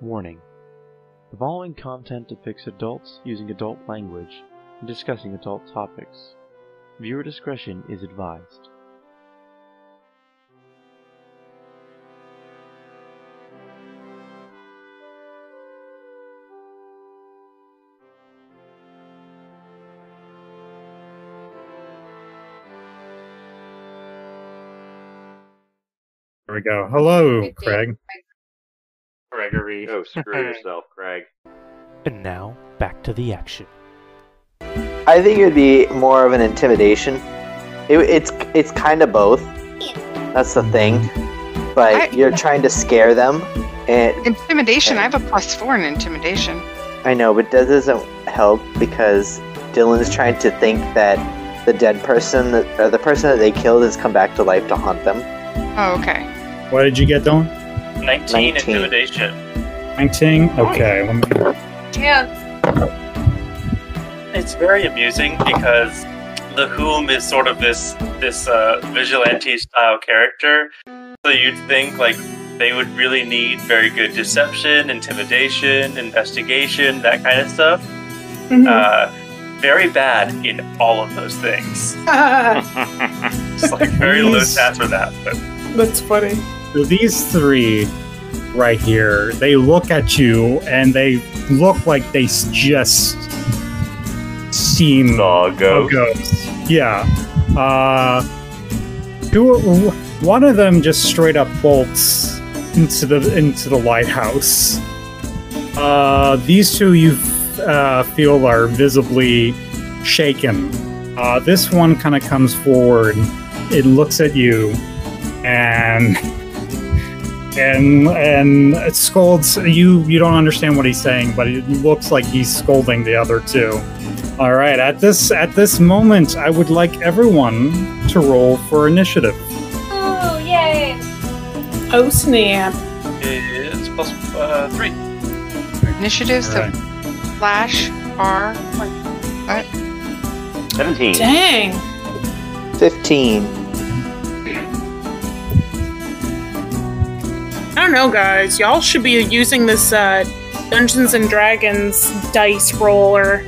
Warning The following content depicts adults using adult language and discussing adult topics. Viewer discretion is advised. There we go. Hello, Good day. Craig. Gregory. Oh, screw yourself, Craig. And now, back to the action. I think it would be more of an intimidation. It, it's it's kind of both. That's the thing. But I- you're trying to scare them, and Intimidation. Okay. I have a plus four in intimidation. I know, but that doesn't help because Dylan's trying to think that the dead person, that, or the person that they killed, has come back to life to haunt them. Oh, okay. What did you get, Dylan? 19 19. intimidation. 19? Okay. Let me... Yeah. It's very amusing because the Whom is sort of this this uh, vigilante style character. So you'd think like they would really need very good deception, intimidation, investigation, that kind of stuff. Uh, very bad in all of those things. It's like very low stats for that. But That's funny. So these three right here, they look at you and they look like they s- just seen all a ghost. Oh, Yeah. Uh, two, one of them just straight up bolts into the into the lighthouse. Uh, these two you uh, feel are visibly shaken. Uh, this one kind of comes forward. It looks at you and and and it scolds you. You don't understand what he's saying, but it looks like he's scolding the other two. All right. At this at this moment, I would like everyone to roll for initiative. Oh, yay. Oh, snap. It's plus uh, three. Initiatives Alright. that flash are 17. Dang. Fifteen. I don't know, guys. Y'all should be using this uh, Dungeons and Dragons dice roller.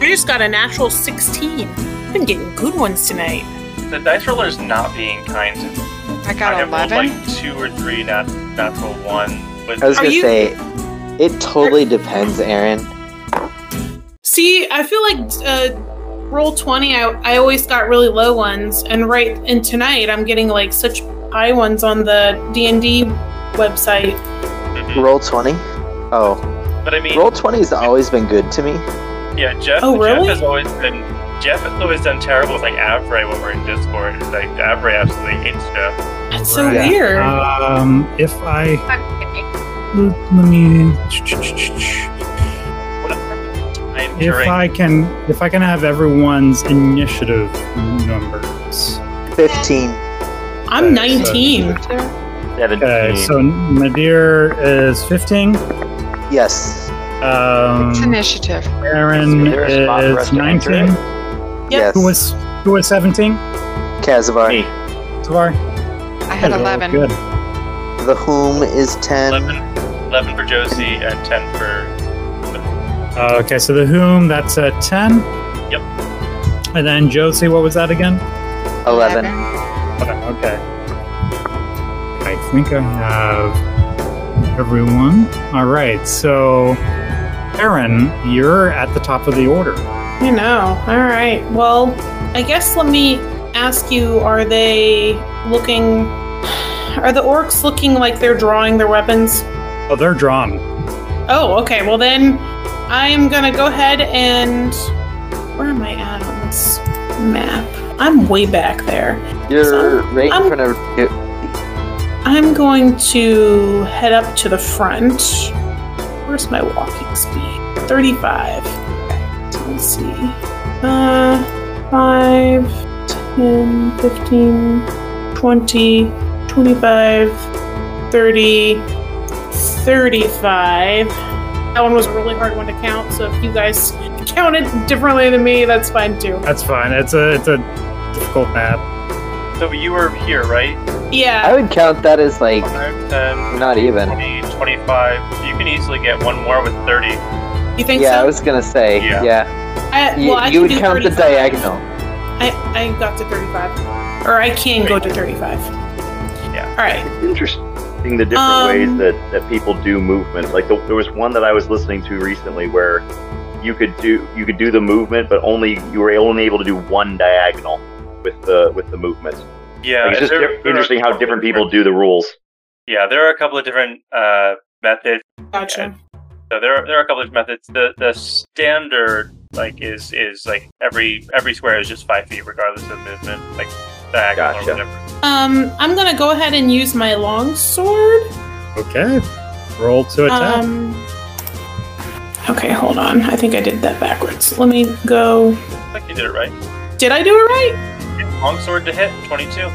We just got a natural 16. I've been getting good ones tonight. The dice roller is not being kind to me. I I got have rolled uh, eleven. like two or three nat- natural one. With I was Are gonna you- say, it totally depends, Aaron. See, I feel like uh, roll 20, I, I always got really low ones. And right and tonight, I'm getting like such high ones on the D&D website. Roll twenty. Oh, Mhm. But I mean, roll twenty's always been good to me. yeah, Jeff. Oh, really? Jeff has always been. Jeff has always done terrible with like Avray when we're in Discord. It's Like Avray absolutely hates Jeff. That's so Right. weird. Um, if I let me, What a time if during- I can, if I can have everyone's initiative numbers. Fifteen. I'm 19. 17. Okay, so Nadir is fifteen. Yes. Um, It's initiative. Aaron Is there a spot for us is to enter it? nineteen. Yes. Who was who was seventeen? Kazavar? Me. Tavar. I had Hello, eleven. Good. The whom is ten. 11, 11 for Josie and ten for. Uh, okay, so the whom that's a ten. Yep. And then Josie, what was that again? 11. Okay. okay. I think I have everyone. All right. So, Aaron, you're at the top of the order. You know. All right. Well, I guess let me ask you: Are they looking? Are the orcs looking like they're drawing their weapons? Oh, they're drawn. Oh, okay. Well then, I am gonna go ahead and where am I at on this map? I'm way back there. You're right I'm- in front of. you I'm going to head up to the front. Where's my walking speed? 35. Okay, so let's see. Uh, 5, 10, 15, 20, 25, 30, 35. That one was a really hard one to count, so if you guys count it differently than me, that's fine too. That's fine. It's a it's a difficult map. So you were here, right? Yeah. I would count that as like 5, 10, not even. 20, 25. You can easily get one more with 30. You think Yeah, I so? was gonna say. Yeah. Yeah, I, you, well, I you can would do count the 35. diagonal. I, I got to 35. Or I can go to 35. Yeah. All right. It's interesting the different Um, ways that, that people do movement. Like the, there was one that I was listening to recently where you could do you could do the movement, but only you were only able to do one diagonal with the with the movement. Yeah, Like, it's just there- diff- there are interesting a how couple different people do the rules. Yeah, there are a couple of different uh, methods. Gotcha. So there are, there are a couple of methods. The the standard like is is like every every square is just five feet regardless of movement, like diagonal Gotcha. or whatever. Um, I'm going to go ahead and use my longsword. Okay. Roll to attack. Um, okay, hold on. I think I did that backwards. Let me go. I think you did it right. Did I do it right? Longsword to hit twenty two.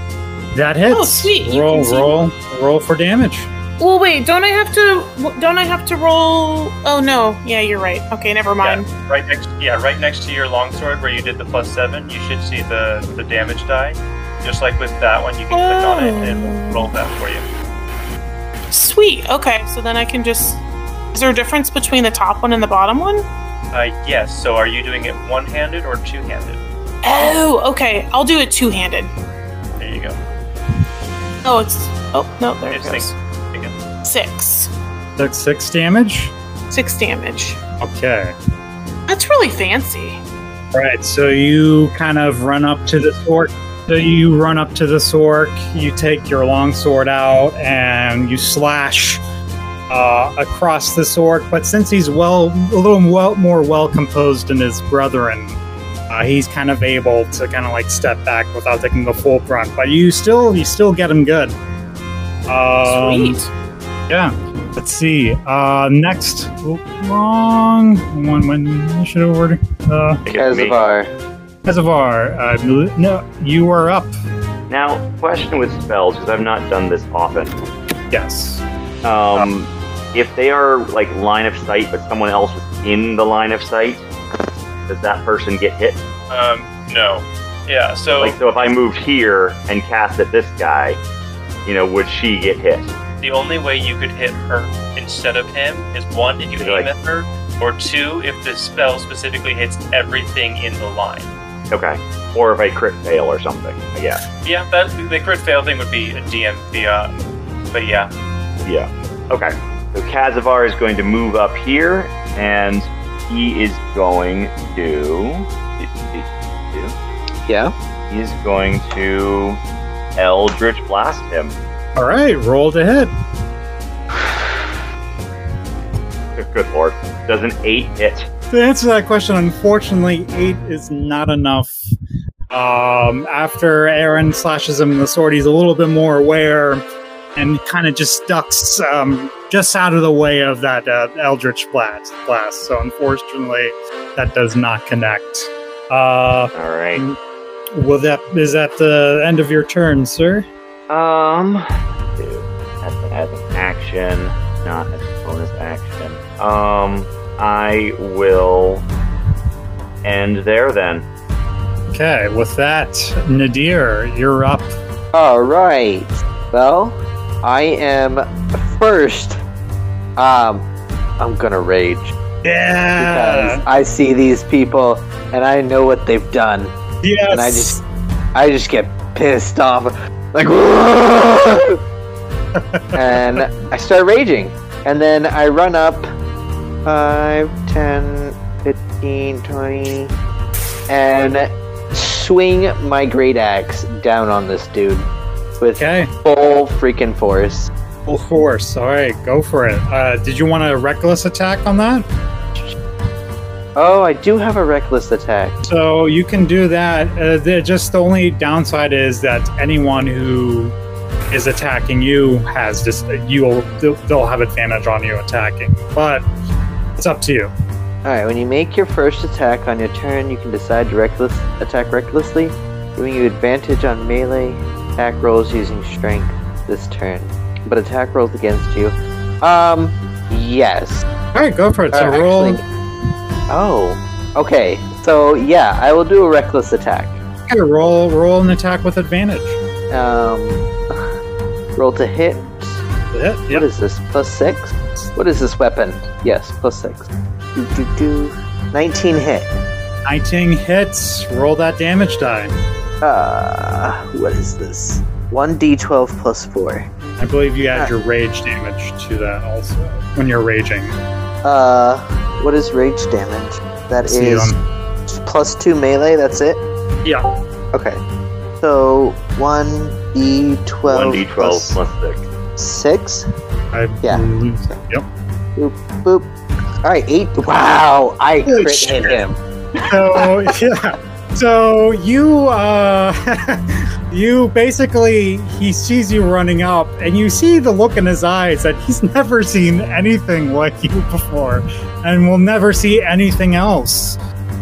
that hits. oh, sweet, you Roll, can see- roll, roll for damage. Well, wait. Don't I have to? Don't I have to roll? Oh no. Yeah, you're right. Okay, never mind. Right next, yeah, right next to your longsword where you did the plus seven, you should see the the damage die. Just like with that one, you can click on it and it will roll that for you. Sweet. Okay, so then I can just. Is there a difference between the top one and the bottom one? Uh, yes. So are you doing it one handed or two handed? Oh, okay. I'll do it two-handed. There you go. Oh, it's. Oh no, there it It's goes. Six. Took six damage. Six damage. Okay. That's really fancy. Right, so you kind of run up to this orc. So you run up to this orc, you take your longsword out, and you slash uh, across this orc. But since he's well, a little well, more well composed than his brethren, uh, he's kind of able to kind of like step back without taking the full brunt. But you still, you still get him good. Um, Sweet. yeah. Let's see. Uh, next, wrong one. When initiative order. Uh, Like, it's me. Kazavar. Reservoir, uh, mil- no, you are up. Now, question with spells because I've not done this often. Yes. Um, if they are like line of sight, but someone else is in the line of sight, does that person get hit? Um, no. Yeah. So Like, so if I moved here and cast at this guy, you know, would she get hit? The only way you could hit her instead of him is one, if you Is it like- aim at her, or two, if the spell specifically hits everything in the line. Okay. Or if I crit fail or something, I guess. Yeah, that the crit fail thing would be a DM beyond. But yeah, Yeah. Okay. So Kazavar is going to move up here, and he is going to. Yeah. He is going to Eldritch Blast him. All right, roll to hit. Good lord. Does an 8 hit? To answer that question, unfortunately, eight is not enough. Um, after Aaron slashes him in the sword, he's a little bit more aware and kind of just ducks um, just out of the way of that uh, Eldritch blast, blast. So, unfortunately, that does not connect. Uh, All right. will that is that the end of your turn, sir? Um, as, as an action, not as a bonus action. Um, I will end there then. Okay, with that, Nadir, you're up. All right. Well, I am first. Um, I'm gonna rage Ah. because Yeah. I see these people and I know what they've done, Yes. and I just, I just get pissed off, like, and I start raging, and then I run up, 5, 10, 15, 20, and swing my great axe down on this dude with okay. full freaking force. Full force. All right, go for it. Uh, did you want a reckless attack on that? Oh, I do have a reckless attack. So you can do that. Uh, the, just the only downside is that anyone who is attacking you has just you'll they'll they'll have advantage on you attacking, but it's up to you. Alright, when you make your first attack on your turn, you can decide to reckless attack recklessly, giving you advantage on melee attack rolls using strength this turn. But attack rolls against you. Um, yes. All right, go for it. So Uh, roll. actually- oh, okay. So yeah, I will do a reckless attack. okay, roll roll an attack with advantage. Um, roll to hit. Yeah, What yeah. is this? Plus six? What is this weapon? Yes, plus six. Do, do, do. 19 hit. 19 hits. Roll that damage die. Uh, what is this? 1d12 plus 4. I believe you add your rage damage to that also when you're raging. Uh, what is rage damage? That is See you plus 2 melee, that's it? Yeah. Okay. So, 1d12 1d12 plus plus 6? 6. I Yeah. believe so. Yep. Boop. Alright, 8. Wow! I Holy crit shit. hit him. so yeah so you uh you basically he sees you running up and you see the look in his eyes that he's never seen anything like you before and will never see anything else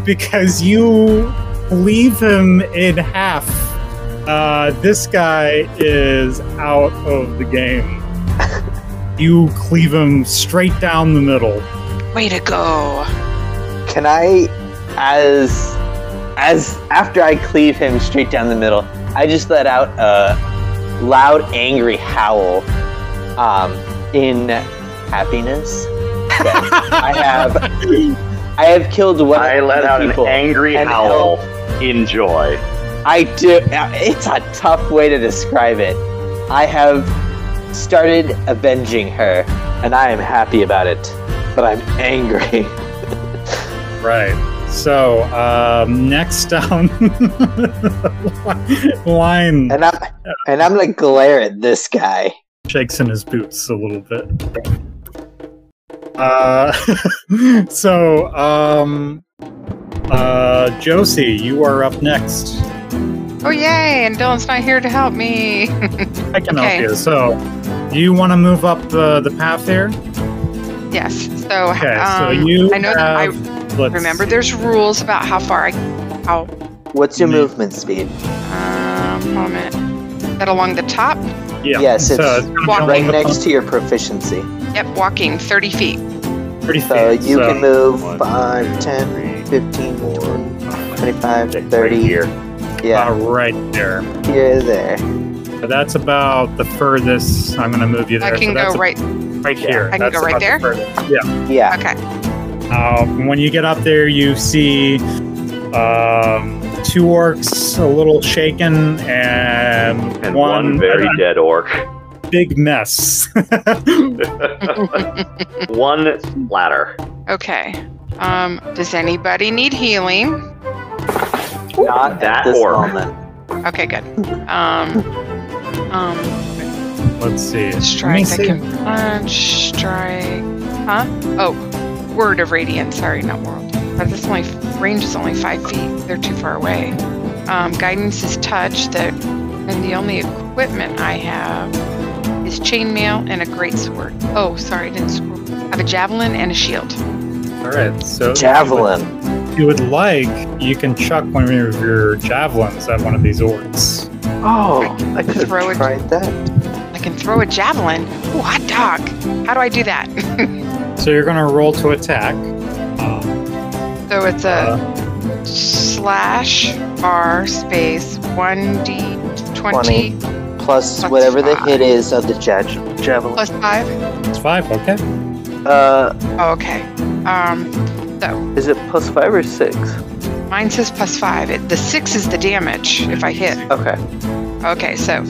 because you leave him in half uh, this guy is out of the game you cleave him straight down the middle Way to go. Can I, as as after I cleave him straight down the middle, I just let out a loud, angry howl um, in happiness. that I have I have killed one I of let the out people. an angry and howl. Enjoy. I do. uh, It's a tough way to describe it. I have started avenging her, and I am happy about it. But I'm angry. Right. So um, next down line And I'm and I'm gonna glare at this guy. shakes in his boots a little bit. Uh, so um, uh, Josie, you are up next. Oh, yay. And Dylan's not here to help me. I can Okay. help you. So, do you want to move up uh, the path here? yes. So, Okay. so um, you. I know that I that I remember there's rules about how far I how What's your Mm. movement speed? um hold on a minute. Is that along the top? Yeah. Yes, so it's gonna be walk along Right the next to your proficiency. Yep, walking 30 feet. front pretty So fast, uh, you so- can move 5, 10, 15, 20, 25, 30. Right here. Yeah, uh, right there. here, there. So that's about the furthest. I'm going to move you there. I can so that's go right. right here. I can That's go right about the there? furthest. Yeah. Yeah. Okay. Um, when you get up there, you see um, two orcs a little shaken and, And one, very a dead orc. big mess. one splatter. Okay. Um, does anybody need healing? Not at That this orc. moment. Okay, good. Um, um, Let's see. strike. I see. can punch. Strike. Huh? Oh, word of radiant. Sorry, not world. But this only range is only five feet. They're too far away. Um, guidance is touch. That and the only equipment I have is chainmail and a great sword. Oh, sorry, I didn't scroll. I have a javelin and a shield. All right. So Javelin. If you would like, you can chuck one of your javelins at one of these orcs. Oh, I could Throw have it. tried that. I can throw a javelin. Ooh, hot dog. How do I do that? So you're going to roll to attack. Um, so it's a. uh, slash r space 1d 20 Plus Plus whatever the five. hit is of the javelin. javelin. plus 5 it's five. Okay. Uh, oh, okay um so is it plus 5 or 6? mine says plus 5 it, the 6 is the damage if i hit Okay. okay so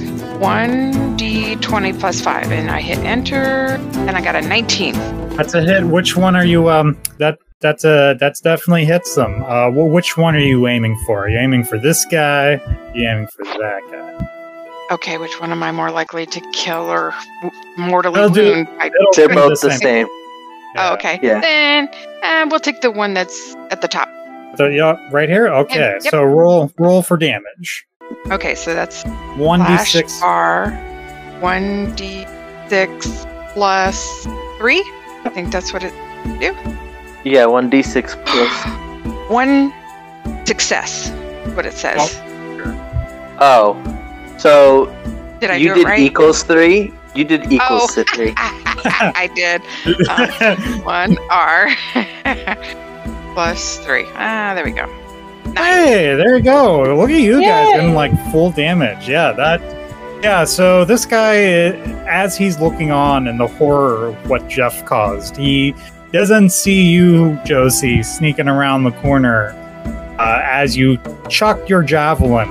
1d20 plus 5 and i hit enter and i got a 19 That's a hit. Which one are you? Um, that that's a that's definitely hits them. Uh, wh- which one are you aiming for? Are you aiming for this guy? Are you aiming for that guy? okay which one am i more likely to kill or w- mortally That'll do. wound by- They're both the same. oh, okay Yeah. then uh, we'll take the one that's at the top So yeah, right here. Okay, Yep. so roll roll for damage. okay so that's One d Slash six. R, one d six plus three. I think that's what it. Yeah, 1d6 plus. One success. What it says. Oh. So Did I you do it did right? equals 3? You did equals Oh. 3. I did. Um, one R plus three. Ah, there we go. Nice. Hey, there you go. Look at you guys in like full damage. Yeah, that Yeah, so this guy, as he's looking on and the horror of what Jeff caused, he doesn't see you, Josie, sneaking around the corner uh, as you chuck your javelin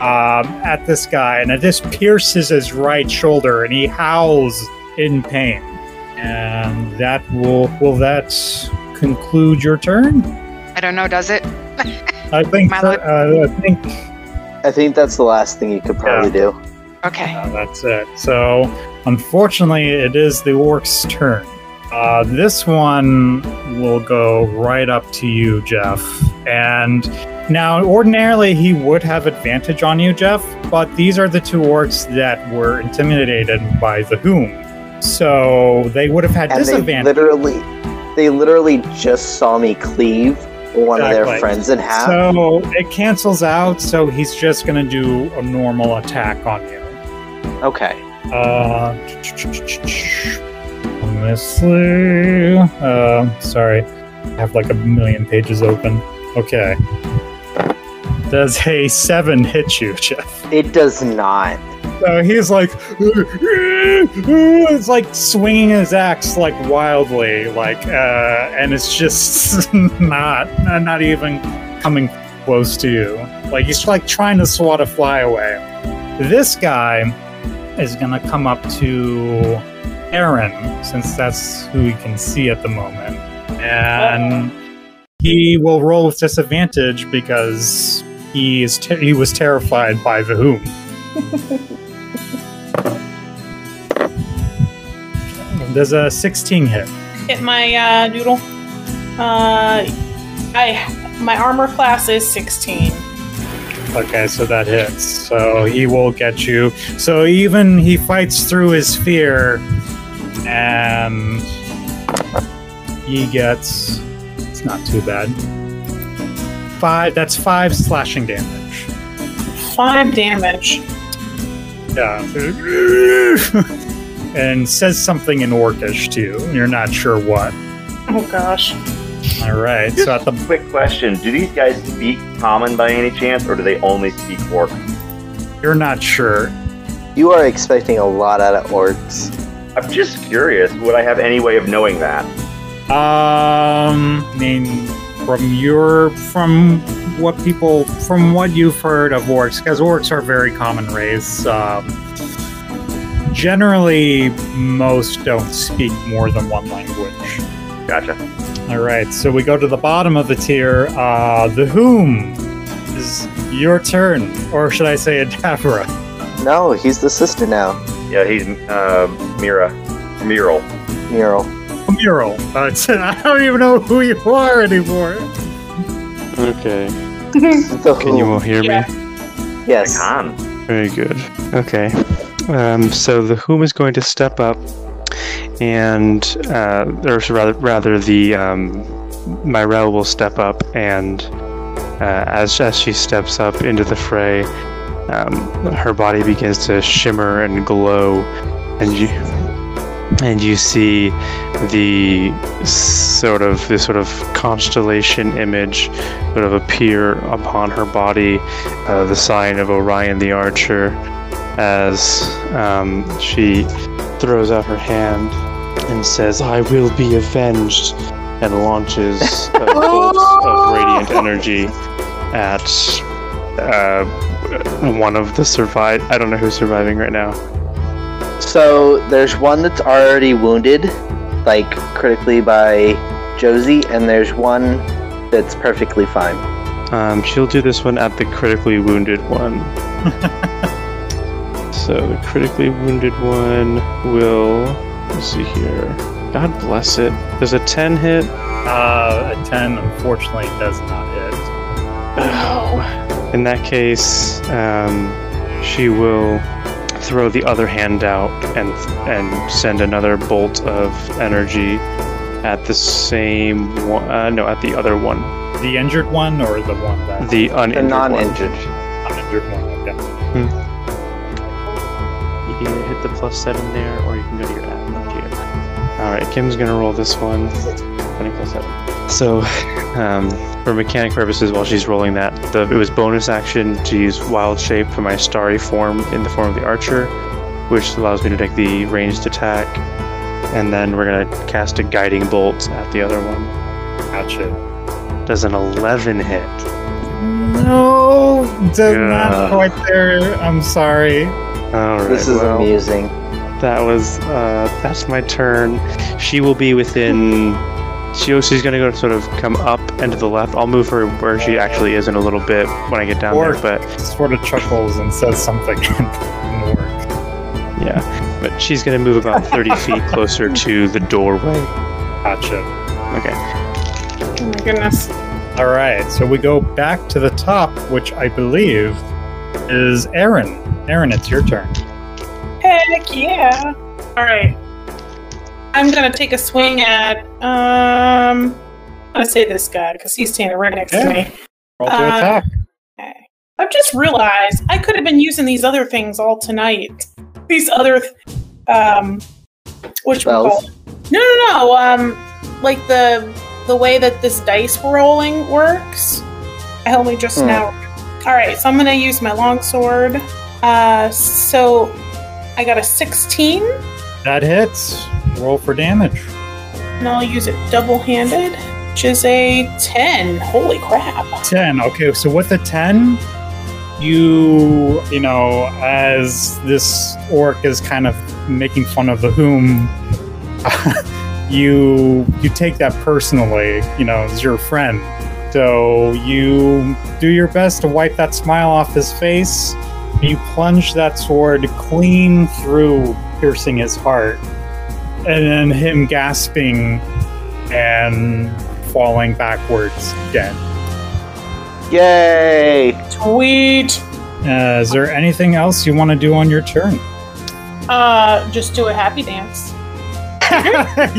um, at this guy, and it just pierces his right shoulder, and he howls in pain. And that will will that conclude your turn? I don't know, does it? I think My so- uh, I think I think that's the last thing you could probably do. Okay. Uh, that's it. So, unfortunately, it is the orc's turn. Uh, this one will go right up to you, Jeff. And now, ordinarily, he would have advantage on you, Jeff, but these are the two orcs that were intimidated by the whom. So, they would have had And they disadvantage. literally, they literally just saw me cleave one of Exactly. their friends in half. So, it cancels out, so he's just going to do a normal attack on you. okay. Uh, honestly, uh, sorry, I have like a million pages open. Okay. Does a seven hit you, Jeff? It does not. So uh, he's like, it's like swinging his axe like wildly, like, uh, and it's just not, not even coming close to you. Like he's like trying to swat a fly away. This guy is gonna come up to Aaron, since that's who we can see at the moment, and he will roll with disadvantage because he is ter- he was terrified by the whom. There's a 16 hit. Hit my uh, noodle. Uh, I my armor class is 16. Okay, so that hits. So he will get you. So even he fights through his fear, and he gets. It's not too bad. Five. That's five slashing damage. Five damage. Yeah. and says something in Orcish to you. You're not sure what. Oh gosh. All right. So at the Quick question: Do these guys speak Common by any chance, or do they only speak Orc? you're not sure. You are expecting a lot out of orcs. I'm just curious. Would I have any way of knowing that? Um, I mean, from your from what people from what you've heard of orcs, because orcs are a very common race. Um, generally, most don't speak more than one language. Gotcha. All right, so we go to the bottom of the tier. Uh, the whom is your turn, or should I say, Adavra? No, he's the sister now, Yeah, he's uh, Mira, Mural. Mural. Mural. Uh, it's, I don't even know who you are anymore. Okay. The Can you who. all hear Yeah. me? Yes. Con. Very good. Okay. Um, so the whom is going to step up, and uh, or rather, rather the um, Myrel will step up, and uh, as as she steps up into the fray, um, her body begins to shimmer and glow, and you and you see the sort of this sort of constellation image sort of appear upon her body uh, the sign of Orion the Archer as um, she throws out her hand and says, I will be avenged, and launches uh, a bolt of radiant energy at uh, one of the survive. I don't know who's surviving right now. So there's one that's already wounded, like critically by Josie, and there's one that's perfectly fine. Um, she'll do this one at the critically wounded one. so the critically wounded one will. Let's see here. God bless it. There's a 10 hit. Uh, a 10, unfortunately, does not hit. In that case, um, she will throw the other hand out and and send another bolt of energy at the same one. Uh, no, at the other one, The injured one or the one that the uninjured The one. non-injured. uninjured one? Okay. You can either hit the plus seven there, or you can go to your app here. All right, Kim's gonna roll this one. Twenty plus seven. So, um, for mechanic purposes, while she's rolling that, the, it was bonus action to use Wild Shape for my starry form in the form of the archer, which allows me to take the ranged attack, and then we're gonna cast a guiding bolt at the other one. Gotcha. Does an 11 hit? No, did Yeah. not quite there. I'm sorry. All right. This is well, amusing. that was uh, that's my turn. She will be within. She, she's gonna go sort of come up and to the left. I'll move her where she actually is in a little bit when I get down Or- there, but. Sort of chuckles and says something. in work. Yeah, but she's gonna move about 30 feet closer to the doorway. Gotcha. Okay. Oh my goodness. All right, so we go back to the top, which I believe is Aaron. Aaron, it's your turn. Heck yeah. All right. I'm gonna take a swing at um. I'm gonna say this guy because he's standing right next Yeah. to me. Roll to Uh, attack. Okay. I've just realized I could have been using these other things all tonight. These other, um, which Spells. No, no, no. Um, like the the way that this dice rolling works. I only just Hmm. now. All right, so I'm gonna use my longsword. Uh, so I got a 16, That hits. Roll for damage. and I'll use it double-handed, which is a 10. Holy crap! 10 okay so with the 10 you you know as this orc is kind of making fun of the whom you you take that personally you know as your friend so you do your best to wipe that smile off his face you plunge that sword clean through piercing his heart and then him gasping and falling backwards again Yay! Sweet. Uh, is there anything else you want to do on your turn? Uh, just do a happy dance.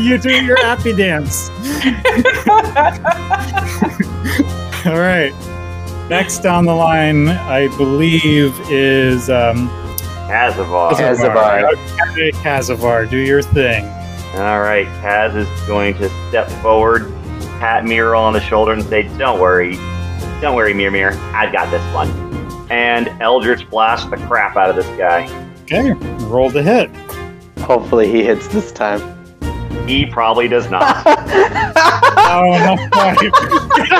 you do your happy dance. All right. Next down the line, I believe, is um, Kazavar. Kaz- Kazavar. Okay, Kazavar, do your thing. All right, Kaz is going to step forward, pat Mira on the shoulder, and say, "Don't worry, don't worry, Mir Mir, I've got this one." And Eldritch blast the crap out of this guy. Okay, roll to hit. Hopefully he hits this time. He probably does not. Oh, no. no.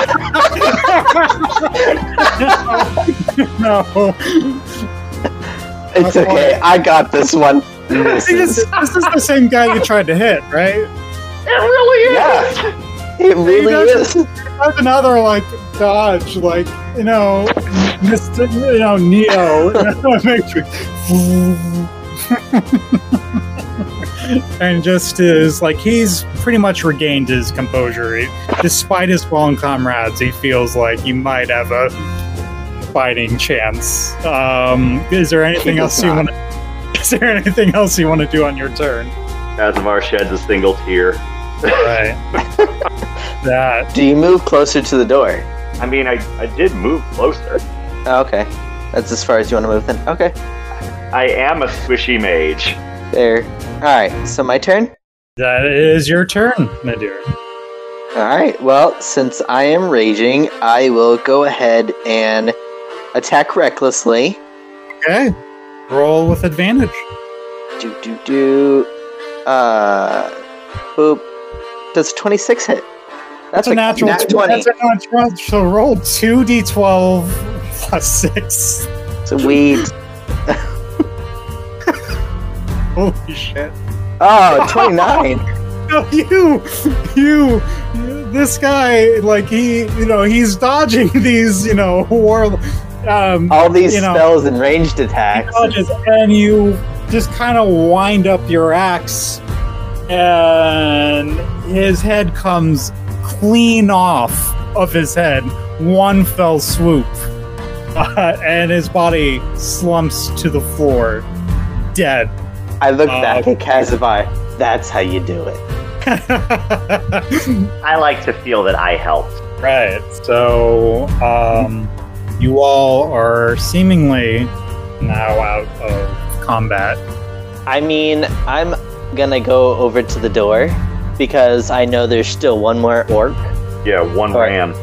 It's okay. I got this one. This is, this is the same guy you tried to hit, right? Yeah. It really is. That's another like dodge, like you know, Mr. You know, Neo, Matrix. and just is like he's pretty much regained his composure. He, despite his fallen comrades, he feels like he might have a fighting chance. Um, is there anything does else you not. want? Is there anything else you want to do on your turn? Kazavar sheds a single tear. Right. that Do you move closer to the door? I mean, I, I did move closer. Oh, okay. That's as far as you want to move then. Okay. I am a squishy mage. There. Alright, so my turn? that is your turn, my dear. Alright, well, since I am raging, I will go ahead and attack recklessly. Okay. Roll with advantage. Do do do. Uh, boop. Does twenty six hit? That's a natural nat twenty. That's a natural. So roll two d12 plus six. Sweet. Holy shit! Oh, 29. No, you, you, this guy, like he, you know, he's dodging these, you know, war, um, All these You know. Oh, spells and ranged attacks. dodges, and you just kind of wind up your axe, and his head comes clean off of his head, one fell swoop, uh, and his body slumps to the floor, dead. I look Uh, back at Kazavar. That's how you do it. right. I like to feel that I helped. So, um, you all are seemingly now out of combat. I mean, I'm gonna go over to the door because I know there's still one more orc Yeah, one All right. ram.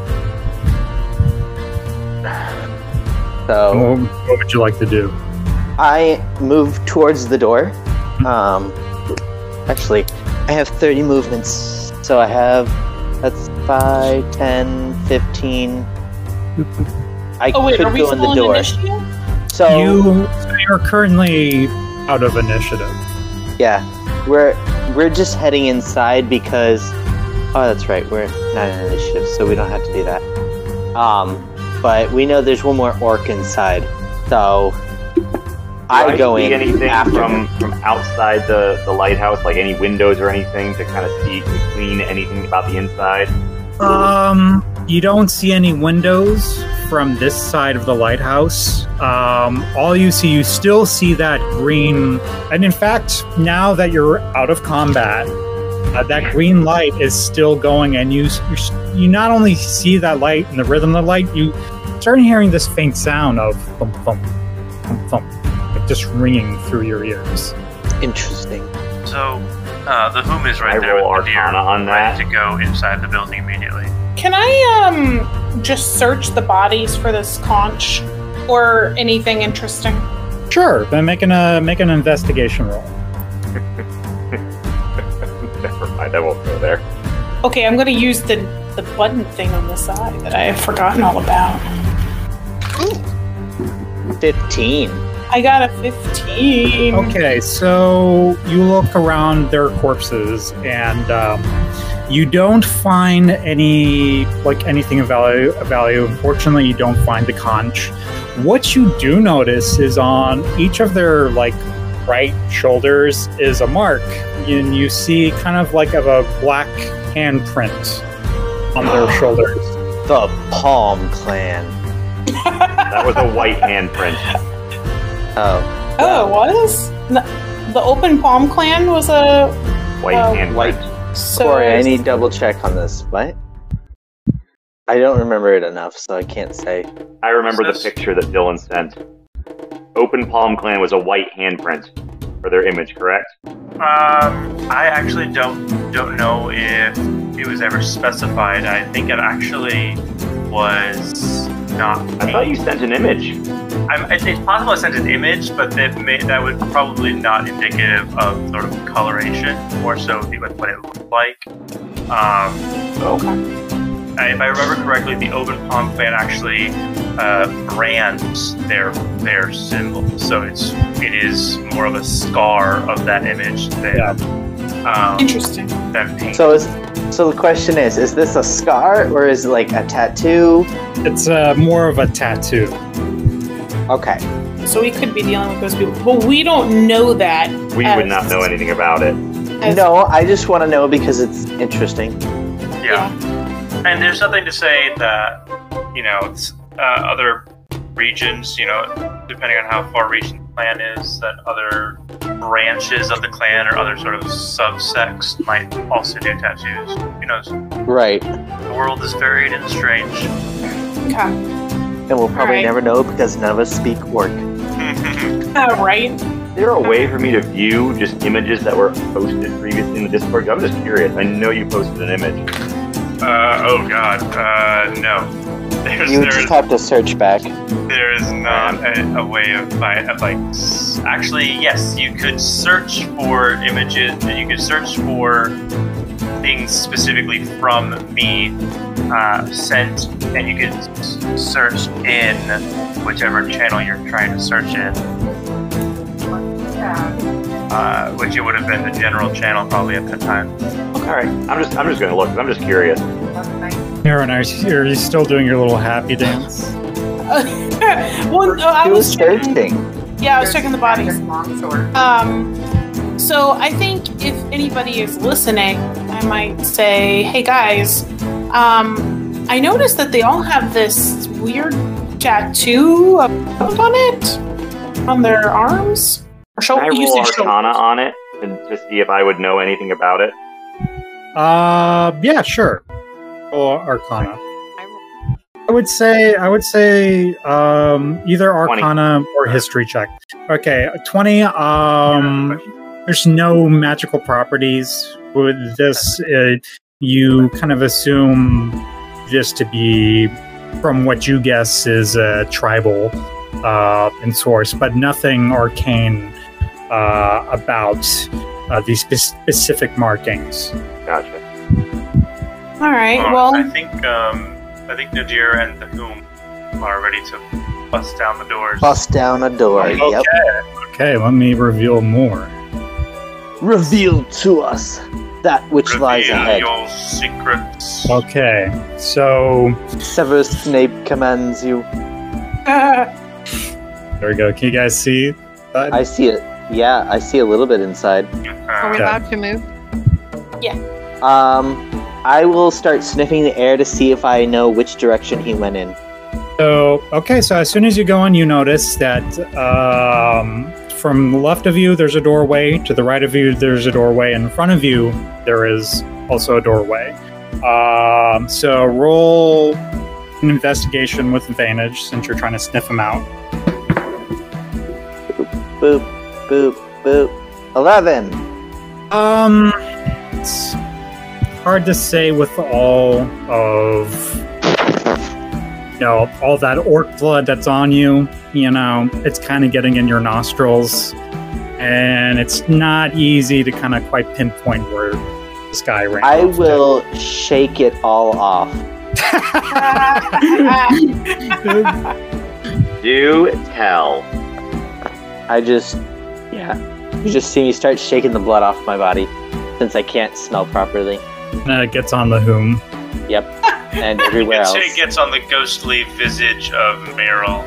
Mm-hmm. So What, what would you like to do? I move towards the door. Um, actually, I have 30 movements. So I have, that's 5, 10, 15. I Oh wait, could are we go in still the in door. initiative? So, You are currently out of initiative. yeah, we're, we're just heading inside because, oh, that's right, we're not an initiative, so we don't have to do that. Um, but we know there's one more orc inside. So I Do go see in anything after from from outside the the lighthouse, like any windows or anything, to kind of see and clean anything about the inside. Um, you don't see any windows from this side of the lighthouse. Um, all you see, you still see that green. And in fact, now that you're out of combat, uh, that green light is still going, and you s- you s- you not only see that light and the rhythm of the light, you start hearing this faint sound of thump thump thump thump, like just ringing through your ears. Ah, Interesting. So, uh, the whom is right I there roll with the deer, Arcana on that. ready to go inside the building immediately. Can I um just search the bodies for this conch or anything interesting? Sure, then make an uh, make an investigation roll. Never mind, I won't go there. Okay, I'm gonna use the the button thing on the side that I have forgotten all about. 15. I got a 15. Okay, so you look around their corpses, and um, you don't find any like anything of value. Of value. Unfortunately, you don't find the conch. What you do notice is on each of their like right shoulders is a mark, and you see kind of like of a black handprint on their shoulders. The Palm Clan. That was a white handprint. Oh, Oh, it was? N- The Open Palm Clan was a. White Oh, handprint. white. So Sorry, I need double check on this. What? I don't remember it enough, so I can't say. I remember the Says- picture that Dylan sent. Open Palm Clan was a white handprint for their image, correct? Um, I actually don't don't know if it was ever specified. I think it actually was not. I thought you sent an image. I'm, it's, it's possible I sent an image, but that may, that would probably not indicative of sort of coloration, more so the, like what it looked like. Um, I, if I remember correctly, the Open Palm Clan actually uh, brands their their symbol, so it's it is more of a scar of that image than um, Interesting. than paint. So is so the question is, is this a scar or is it like a tattoo? It's uh, more of a tattoo. Okay. So we could be dealing with those people. But we don't know that. We would not know anything about it. as- No, I just want to know because it's interesting. yeah. and there's nothing to say that you know it's, uh, other regions, you know, depending on how far reaching the clan is, that other branches of the clan or other sort of subsects might also do tattoos. Who knows? Right. The world is varied and strange. Okay. And we'll probably Alright. never know because none of us speak orc. Uh, right? Is there a way for me to view just images that were posted previously in the Discord? I'm just curious. I know you posted an image. Uh, oh god, uh, no. There's, You would just there's, have to search back. there is not a, a way of, fi- of like. s- Actually, yes, you could search for images, and you could search for things specifically from me uh, sent, and you could s- search in whichever channel you're trying to search in. Uh, which it would have been the general channel probably at that time. All right, I'm just I'm just gonna look. 'cause I'm just curious. Aaron, are you, are you still doing your little happy dance? well, no, I He was was checking. searching. Yeah, I was checking the bodies. Longsword. Um, so I think if anybody is listening, I might say, hey guys, um, I noticed that they all have this weird tattoo up on it on their arms or Can I shoulder. Oh, You roll said Arcana shoulder. on it and to see if I would know anything about it? Uh, yeah, sure. Or Arcana. I would say I would say um, either 20. Arcana or History check. Okay, uh, twenty. Um, there's no magical properties with this. Uh, you kind of assume this to be, from what you guess is a tribal uh, in source, but nothing arcane uh, about uh, these spe- specific markings. Gotcha. All right. Uh, Well, I think um, I think Nadir and the Whom are ready to bust down the doors. Bust down a door. Okay. Yep. Okay, let me reveal more. Reveal to us that which lies Reveal ahead. your secrets. Okay, so Severus Snape commands you. there we go. Can you guys see? that? I see it. Yeah, I see a little bit inside. Are we Okay. allowed to move? Um, I will start sniffing the air to see if I know which direction he went in. So okay, so as soon as you go in, you notice that um, from the left of you there's a doorway, to the right of you there's a doorway, in front of you there is also a doorway. Um, so roll an investigation with advantage since you're trying to sniff them out. Boop, boop, boop. Eleven. Um, it's hard to say with all of you know all that orc blood that's on you. You know, it's kind of getting in your nostrils, and it's not easy to kind of quite pinpoint where this guy ran. I off to. will shake it all off. Do tell. I just, yeah. You just see me start shaking the blood off my body since I can't smell properly. And it gets on the whom. And everywhere else. It gets on the ghostly visage of Meryl.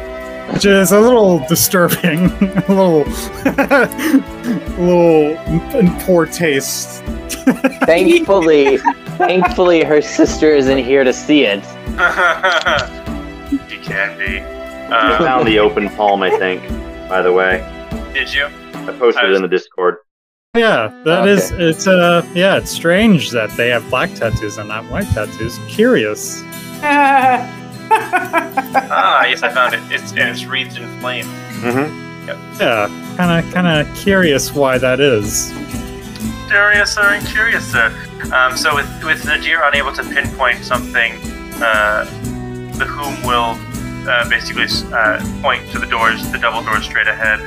Which is a little disturbing, a little, a little in poor taste. Thankfully, thankfully, her sister isn't here to see it. you can be. I Um, found the open palm, I think, by the way. did you? I posted it in the Discord. Yeah, that Okay. is. It's uh, yeah, it's strange that they have black tattoos and not white tattoos. Curious. uh, Ah, yes, I found it. It's and it's wreathed in flame. Mm-hmm. Yeah, kind of, kind of curious why that is. Curious sir and curious sir. Um, so with with Nadir unable to pinpoint something, uh, the whom will uh, basically uh, point to the doors, the double doors straight ahead.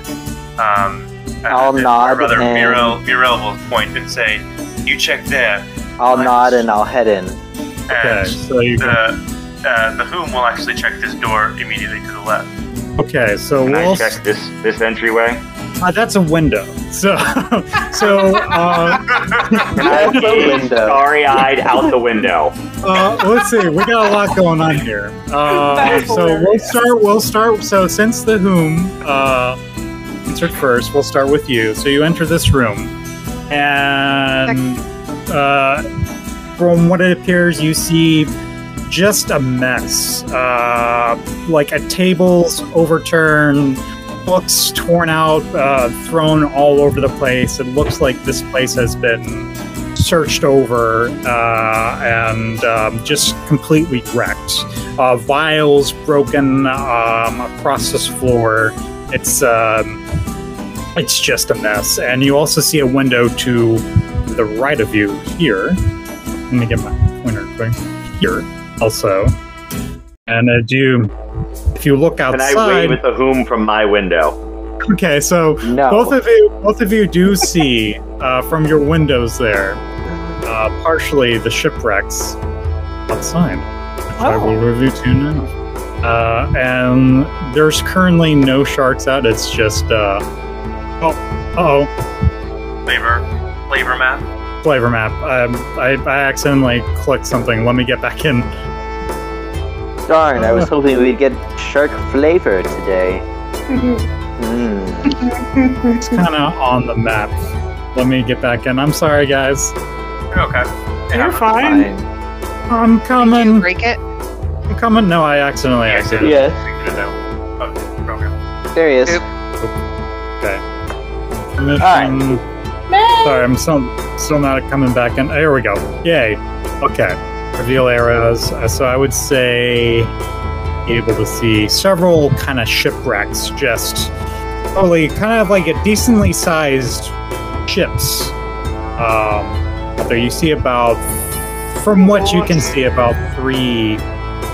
Um, and I'll then- nod Or rather, and- Mirel, Mirel will point and say, "You check there." I'll nod and I'll head in. And Okay, so you the can, uh, the whom will actually check this door immediately to the left. okay, so Can we'll. I check this this entryway? Uh, that's a window. So, so uh, Can I Out the gaze window. starry-eyed out the window? uh, let's see. We got a lot going on here. Uh, That's so we'll hilarious. start. We'll start. So since the whom uh, answered first, we'll start with you. So you enter this room, and uh, from what it appears, you see just a mess. Uh, like a table's overturned, books torn out, uh, thrown all over the place. It looks like this place has been searched over uh, and um, just completely wrecked. Uh, vials broken um, across this floor. It's um, it's just a mess. And you also see a window to the right of you here. Let me get my pointer quick. Here also. And uh, do you, if you look Can outside, I wave with the whom from my window? okay, so No. both Oh. of you, both of you do see uh, from your windows there, uh, partially the shipwrecks outside, which I will Oh. review to now. Uh, and there's currently no sharks out. It's just uh, oh, oh, Flavor, flavor map. flavor map. Um, I, I accidentally clicked something. Let me get back in. Darn, I was hoping we'd get shark flavor today. Mm. It's Hmm. kind of on the map. Let me get back in. I'm sorry, guys. You're okay. You're fine. Fine. I'm Did you coming. break it? I'm coming. No, I accidentally Yeah, exited. Yeah, there he is. Oop. Mission- Sorry, I'm still still not coming back in. Here we go. Yay. Okay. Reveal arrows. Uh, So I would say able to see several kind of shipwrecks, just totally kind of like a decently sized ships. Um, so you see about from what you can see, about three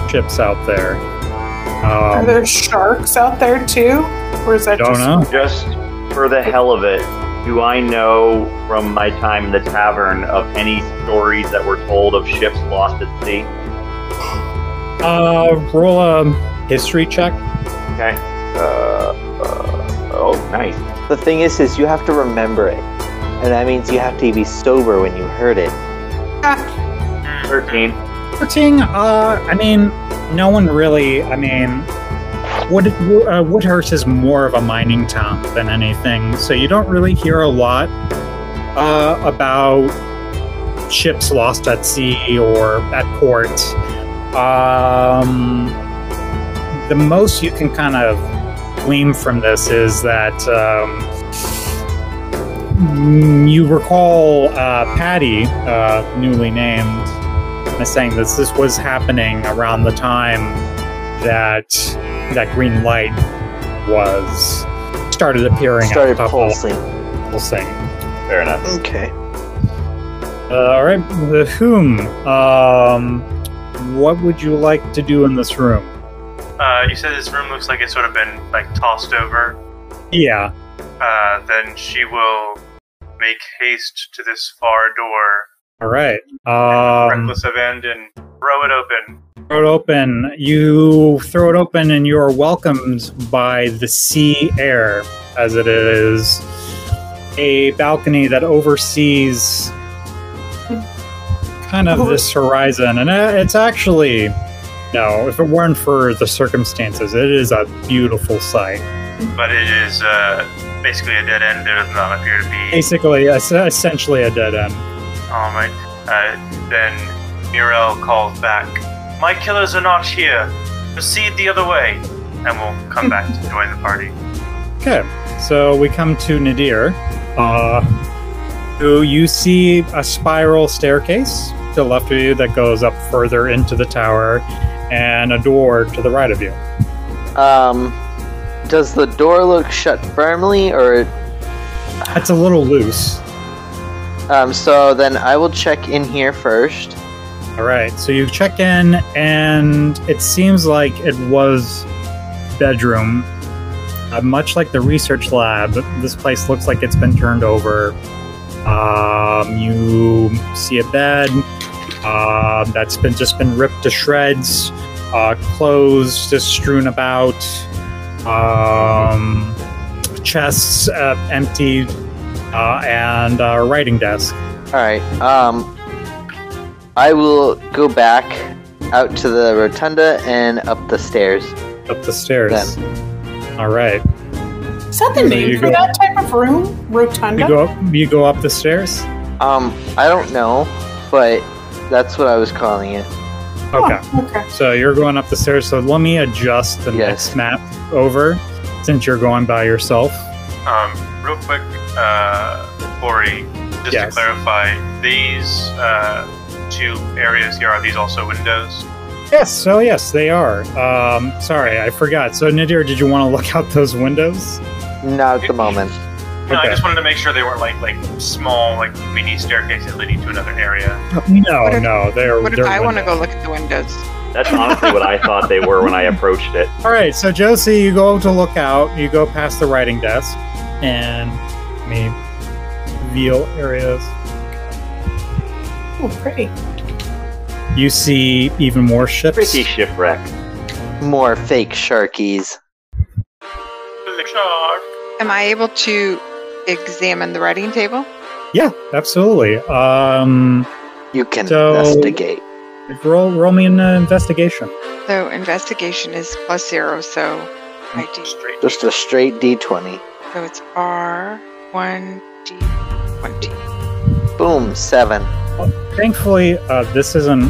ships out there. Are Um, there sharks out there too? Or is that don't just know. Just for the hell of it, do I know from my time in the tavern of any stories that were told of ships lost at sea? Uh, roll a history check. Okay. Uh, uh, oh, nice. The thing is, is you have to remember it, and that means you have to be sober when you heard it. 13. 14, uh, I mean, no one really, I mean, Wood, uh, Woodhurst is more of a mining town than anything, so you don't really hear a lot uh, about ships lost at sea or at port. Um, the most you can kind of glean from this is that um, you recall uh, Patty, uh, newly named, I'm saying this. This was happening around the time that that green light was started appearing. at Started the top of the pulsing. pulsing. Fair enough. Okay. Uh, all right, the whom? Um, what would you like to do in this room? Uh, you said this room looks like it's sort of been like tossed over. Yeah. Uh, then she will make haste to this far door, All right. Um, reckless of end, and throw it open. throw it open. You throw it open, and you are welcomed by the sea air, as it is a balcony that oversees kind of this horizon. And it- it's actually, no, if it weren't for the circumstances, it is a beautiful sight. But it is uh, basically a dead end. There does not appear to be. Basically, es- essentially a dead end. All right. Uh, then Muriel calls back. My killers are not here. Proceed the other way, and we'll come back to join the party. Okay, so we come to Nadir, uh, who you see a spiral staircase to the left of you that goes up further into the tower, and a door to the right of you. Um, does the door look shut firmly, or That's a little loose. um? So then I will check in here first. All right, so you check in, and it seems like it was bedroom. Uh, much like the research lab, this place looks like it's been turned over. Um, you see a bed uh, that's been just been ripped to shreds, uh, clothes just strewn about, um, chests uh, emptied, uh, and a writing desk. All right. Um, I will go back out to the rotunda and up the stairs. up the stairs. All right, Is that the There name you for go. that type of room? Rotunda? you go up. You go up the stairs. Um, I don't know, but that's what I was calling it. Okay, Oh, okay. so you're going up the stairs. So let me adjust the Yes. next map over, since you're going by yourself. Um, real quick, uh, Ori, just Yes. to clarify, these uh, two areas here are these also windows? Yes. So yes, they are. Um, sorry, I forgot. So Nadir, did you want to look out those windows? Not at the moment. No, I Okay. just wanted to make sure they weren't like like small like mini staircases leading to another area. No, What if- no, they are. What if they're I want to windows. go look at the windows? That's honestly what I thought they were when I approached it. All right, so Josie, you go to look out. You go past the writing desk, and let me reveal areas. Oh, pretty. You see even more ships. Pretty shipwreck. More fake sharkies. Am I able to examine the writing table? Yeah, absolutely. Um, You can So- investigate. roll, roll me an uh, investigation. So investigation is plus zero, so I do. Straight. Just a straight d20. So it's R one D twenty. Boom, seven. Thankfully, uh, this isn't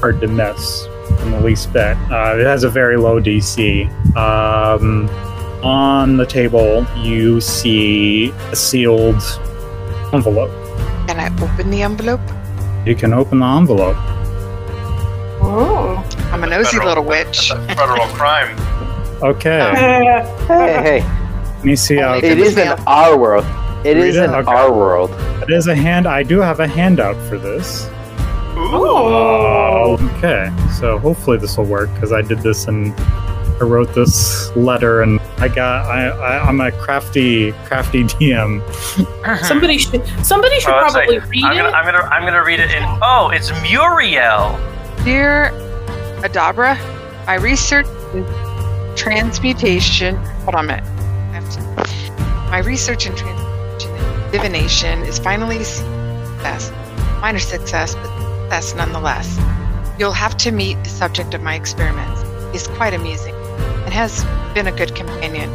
hard to miss in the least bit. Uh, it has a very low DC. Um, on the table, you see a sealed envelope. Can I open the envelope? You can open the envelope. Oh. I'm a nosy Federal. little witch. That's a federal crime. Okay, Uh, Hey, hey, let me see how Only it was is in mail. our world. It Read is it? in Okay. our world. it is a hand. I do have a handout for this. Oh. okay. So hopefully this will work because I did this and I wrote this letter and I got I, I I'm a crafty crafty DM. Somebody should somebody should Well, it's probably read Hmm. I'm gonna, it. I'm gonna, I'm gonna read it in. Oh, it's Muriel. Dear Adabra, I researched in transmutation. Hold on a minute. I have to- My research in transmutation and divination is finally success. Minor success, but success nonetheless. You'll have to meet the subject of my experiments. He's quite amusing and has been a good companion.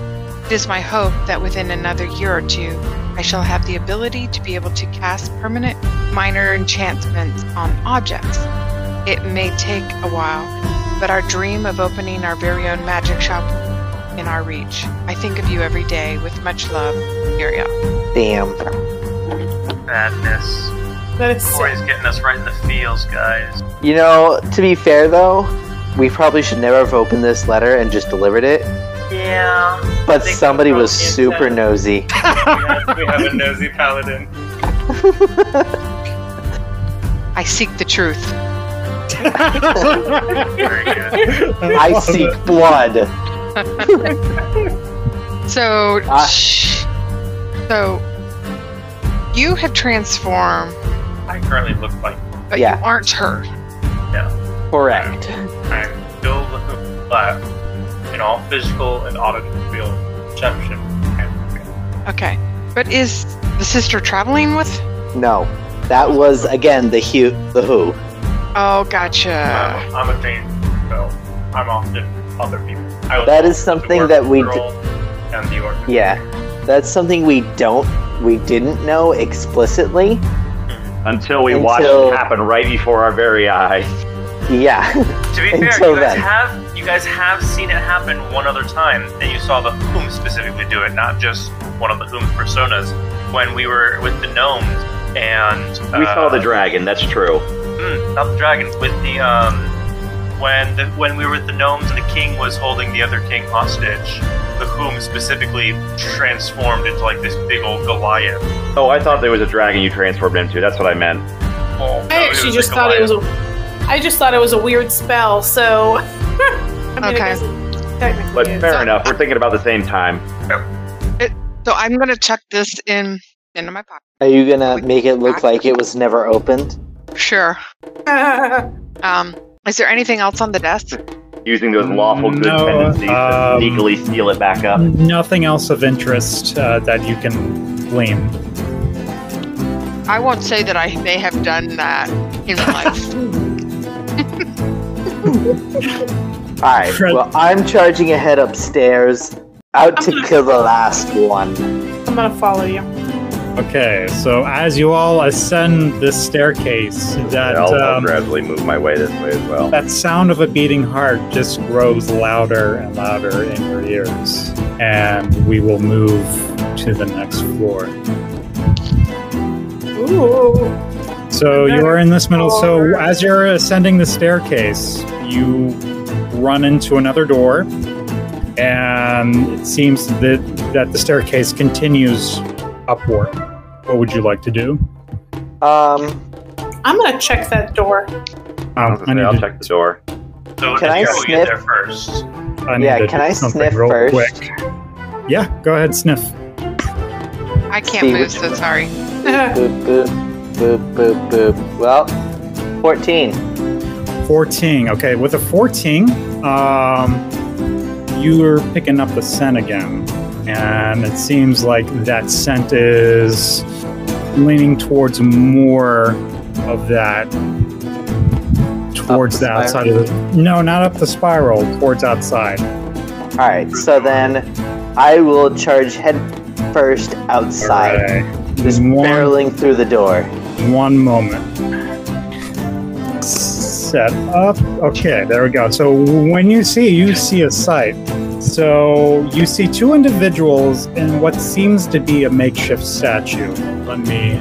It is my hope that within another year or two, I shall have the ability to be able to cast permanent minor enchantments on objects. It may take a while, but our dream of opening our very own magic shop in our reach. I think of you every day with much love, Muriel. Damn. Madness. That is sick. Corey's getting us right in the feels, guys. You know, to be fair though, we probably should never have opened this letter and just delivered it. Yeah. But Think somebody about was the super intent. nosy. we have a nosy paladin. I seek the truth. Very good. I love seek it. blood. So, Ah. shh. so you have transformed, I currently look like. but Yeah. you aren't her. Correct. I'm still looking left in all physical and auditory perception. Okay, but is the sister traveling with? No. That was again the hu the who. Oh, Ah. gotcha. I'm, I'm a thing, so I'm often other people. I was That is the something work that we d- girl and the orphan. Yeah. That's something we don't we didn't know explicitly. Until we watch Until- it happen right before our very eyes. Yeah. To be fair, Until you guys then. have you guys have seen it happen one other time, and you saw the whom specifically do it, not just one of the whom personas. When we were with the gnomes and uh, We saw the dragon, that's true. mm, not the dragon with the um when the, when we were with the gnomes and the king was holding the other king hostage, the whom specifically transformed into like this big old Goliath. Oh, I thought there was a dragon you transformed into. That's what I meant. Well, no, Oh, I it actually was just a thought it was Goliath. a I just thought it was a weird spell, so I mean, it Okay. doesn't technically But is. fair enough, we're thinking about the same time. So I'm gonna chuck this in into my pocket. Are you gonna make it look like it was never opened? Sure. Um, is there anything else on the desk? Using those lawful good No, um, tendencies to sneakily steal it back up. Nothing else of interest uh, that you can blame. I won't say that I may have done that in my life. Alright, Fred- well I'm charging ahead upstairs, out I'm to gonna- kill the last one. I'm gonna follow you. Okay, so as you all ascend this staircase, that I'll, I'll um, gradually move my way this way as well. that sound of a beating heart just grows louder and louder in your ears, and we will move to the next floor. Ooh. So you are in this middle. So as you're ascending the staircase, you run into another door, and it seems that that the staircase continues upward. What would you like to do? Um I'm gonna check that door. I was gonna say, I'll to- check the door. So Can did I you go get sniff? there first? I need yeah, to can do I something sniff real first? quick. Yeah, go ahead, sniff. I can't See, move, which so sorry. boop boop boop boop boop. Well, fourteen. 14. Okay, with a 14, um, you're picking up the scent again. And it seems like that scent is leaning towards more of that. Towards Up the, the outside of the. No, not up the spiral, towards outside. All right, so then I will charge head first outside, Alright. just One- barreling through the door. One moment. Set up. Okay, there we go. So when you see, you see a sight. So you see two individuals in what seems to be a makeshift statue. Let me.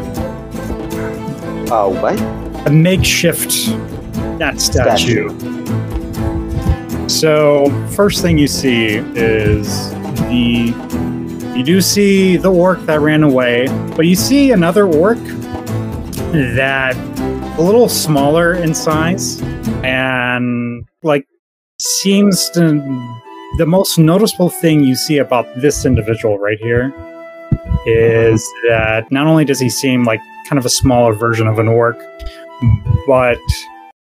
Oh, what? A makeshift that statue. So first thing you see is the. You do see the orc that ran away, but you see another orc that a little smaller in size and like seems to the most noticeable thing you see about this individual right here is that not only does he seem like kind of a smaller version of an orc but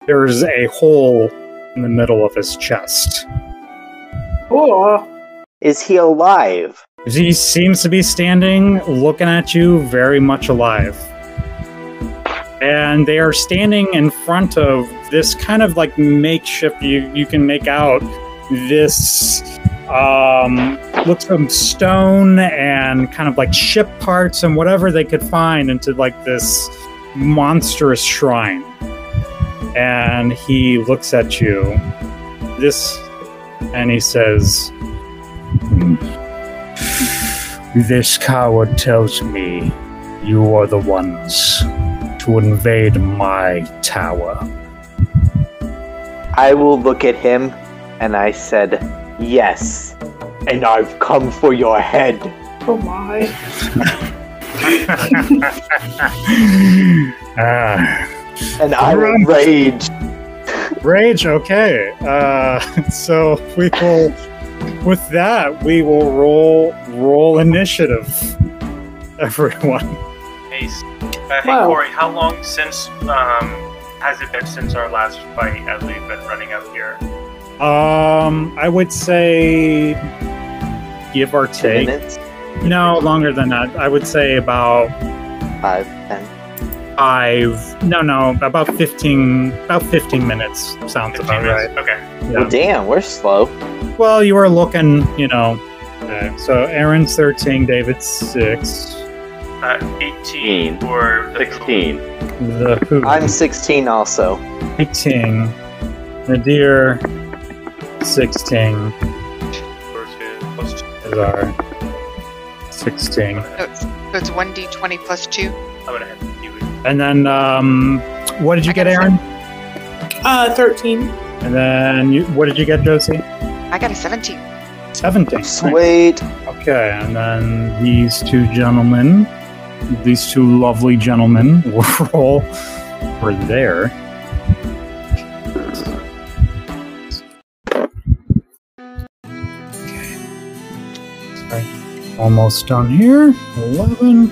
there's a hole in the middle of his chest Oh, Is he alive? he seems to be standing looking at you very much alive and they are standing in front of this kind of like makeshift you you can make out this um looks from stone and kind of like ship parts and whatever they could find into like this monstrous shrine and he looks at you this and he says this coward tells me you are the ones to invade my tower. I will look at him and I said, Yes, and I've come for your head. oh my. Ah, And I will Alright. rage. rage, okay. Uh, so we will, with that, we will roll roll initiative, everyone. Hey, s- uh, hey Wow. Corey, how long since um, has it been since our last fight as we've been running up here? Um, I would say give or Two take. minutes, No, longer than that. I would say about five, ten. five. No, no, about fifteen. About fifteen minutes sounds 15 about right. minutes? Okay. Well, damn, we're slow. Well, you were looking, you know. uh, so Aaron's thirteen, David's six. Uh, 18 or 16. The who? I'm 16 also. eighteen. Nadir, sixteen. Azar, sixteen. So it's, so it's 1d20 plus 2. I'm gonna have you. And then, um, what did you I get, got Aaron? Uh, 13. And then, you, what did you get, Josie? I got a 17. Seventeen. Sweet. Okay, and then these two gentlemen, these two lovely gentlemen, will roll for there. Okay. Sorry. Almost done here. 11.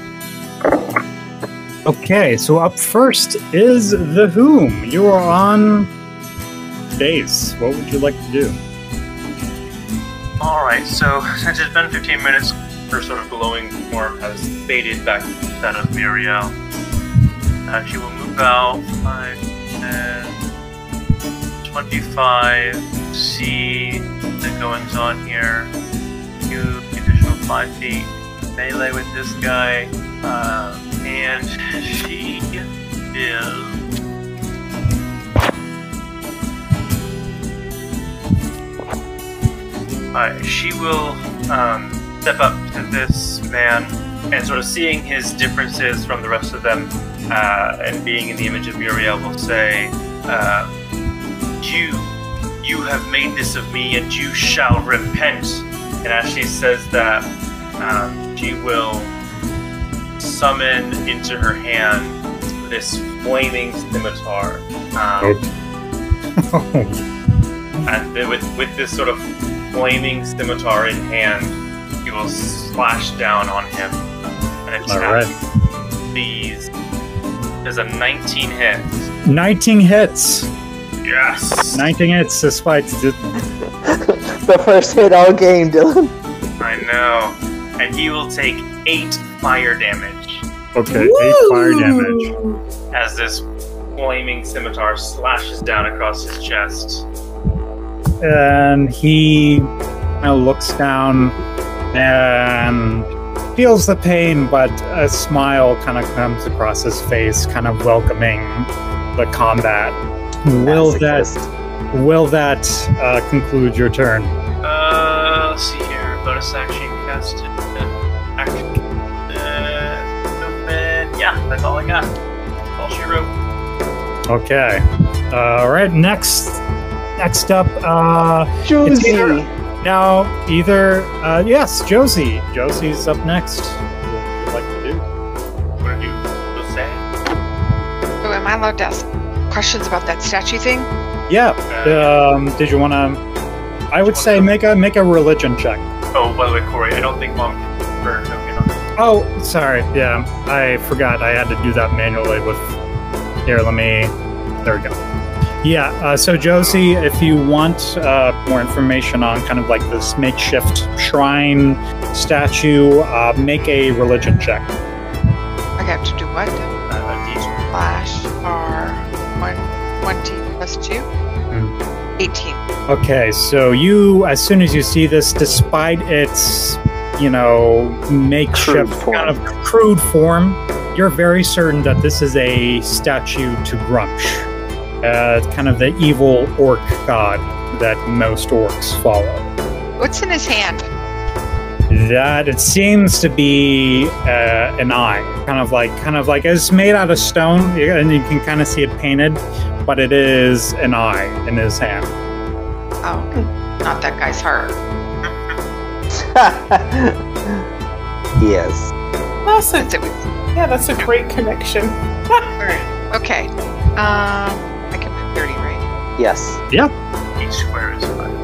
Okay, so up first is the whom. You are on base. What would you like to do? All right. So since it's been 15 minutes, her sort of glowing form has faded back to that of Muriel. Uh, she will move out 5, 10, 25, see the goings on here. Do additional 5 feet melee with this guy. Uh, and she is. Uh, she will um, step up to this man and sort of seeing his differences from the rest of them uh, and being in the image of Muriel will say, uh, You, you have made this of me and you shall repent. And as she says that, um, she will summon into her hand this flaming scimitar. Um, Oh, and th- with with this sort of flaming scimitar in hand, he will slash down on him and attack. These there's a 19 hit. 19 hits. Yes, 19 hits despite the the first hit all game, Dylan. I know, and he will take eight fire damage Okay, Woo! eight fire damage. as this flaming scimitar slashes down across his chest. And he kind of looks down and feels the pain, but a smile kind of comes across his face, kind of welcoming the combat. Will that Masochist. will that uh, conclude your turn? Uh, let's see here. Bonus action cast. uh, Action. Uh, movement. Yeah, that's all I got. All she wrote. Okay. all right. Next, next up. Uh, Josie! either- Now, either uh, yes, Josie. Josie's up next. What would you like to do? What do you say? So am I not allowed to ask questions about that statue thing? Yeah. Uh, Um, did you want to? I would say make a make a religion check. Oh, by the way, Corey, I don't think mom can burn token on this. Oh, sorry. Yeah, I forgot. I had to do that manually. With here, let me. There we go. Yeah. Uh, so Josie, if you want uh, more information on kind of like this makeshift shrine statue, uh, make a religion check. I have to do what? Uh, D- Flash R one twenty plus two. Hmm. Eighteen. Okay, so you, as soon as you see this, despite its, you know, makeshift Crude form. kind of crude form, you're very certain that this is a statue to Grumsh, uh, kind of the evil orc god that most orcs follow. What's in his hand? That it seems to be uh, an eye, kind of like, kind of like it's made out of stone, and you can kind of see it painted, but it is an eye in his hand. Oh, not that guy's heart. yes. That's a, That's it. yeah, that's a great connection. Okay. Um, I can put thirty, right? Yes. each square is five.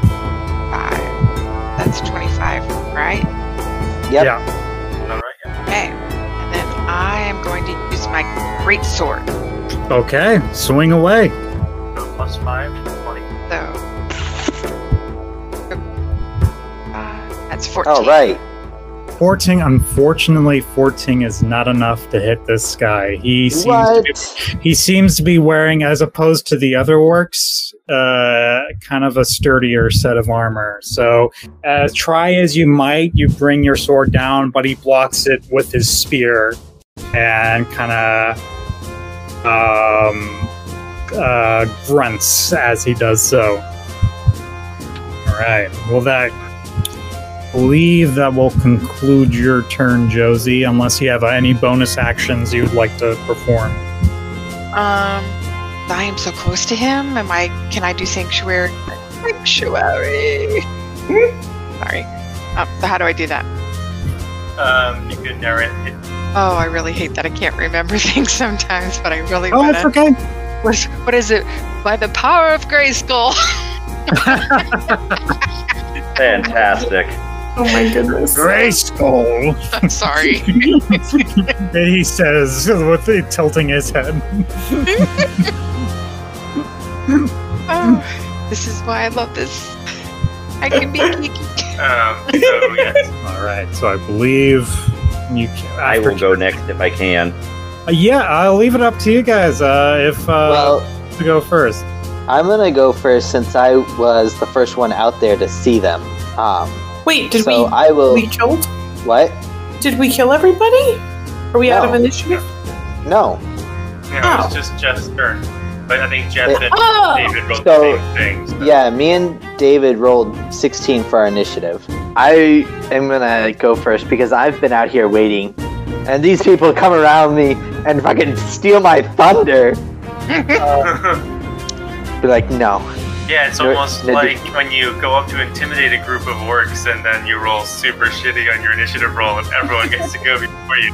Five. That's twenty-five, right? Yep. Yeah. All right, yeah. Okay. And then I am going to use my great sword. Okay, swing away. So plus five, 20. So uh, that's fourteen. All right. 14, unfortunately, 14 is not enough to hit this guy. He seems, to be, What? he seems to be wearing, as opposed to the other orcs, uh, kind of a sturdier set of armor. So, uh, try as you might, you bring your sword down, but he blocks it with his spear and kind of um, uh, grunts as he does so. All right. Well, that believe that will conclude your turn, Josie, unless you have uh, any bonus actions you'd like to perform. Um, I am so close to him. Am I? Can I do sanctuary? Sanctuary. Sorry. Um, so how do I do that? Um, you could narrate it. Oh, I really hate that. I can't remember things sometimes, but I really Oh, want that's to. okay. What is it? By the power of Grayskull. Fantastic. Oh my goodness. Grayskull. I'm sorry. he says with the tilting his head. Oh, this is why I love this. I can be geeky. Um, so, yes. All right. So I believe you. Can, I will go next if I can. Uh, yeah, I'll leave it up to you guys. Uh, if uh, well, to go first. I'm gonna go first since I was the first one out there to see them. Um, Wait, did so we I will. we killed? What? Did we kill everybody? Are we out No. of initiative? No. Yeah, it was just Jeff's turn. But I think Jeff and Oh. David wrote So- the same things. So. Yeah, me and David rolled 16 for our initiative. I am gonna go first because I've been out here waiting, and these people come around me and fucking steal my thunder. Be like, no. yeah, it's You're- almost no, like when you go up to intimidate a group of orcs and then you roll super shitty on your initiative roll and everyone gets to go before you.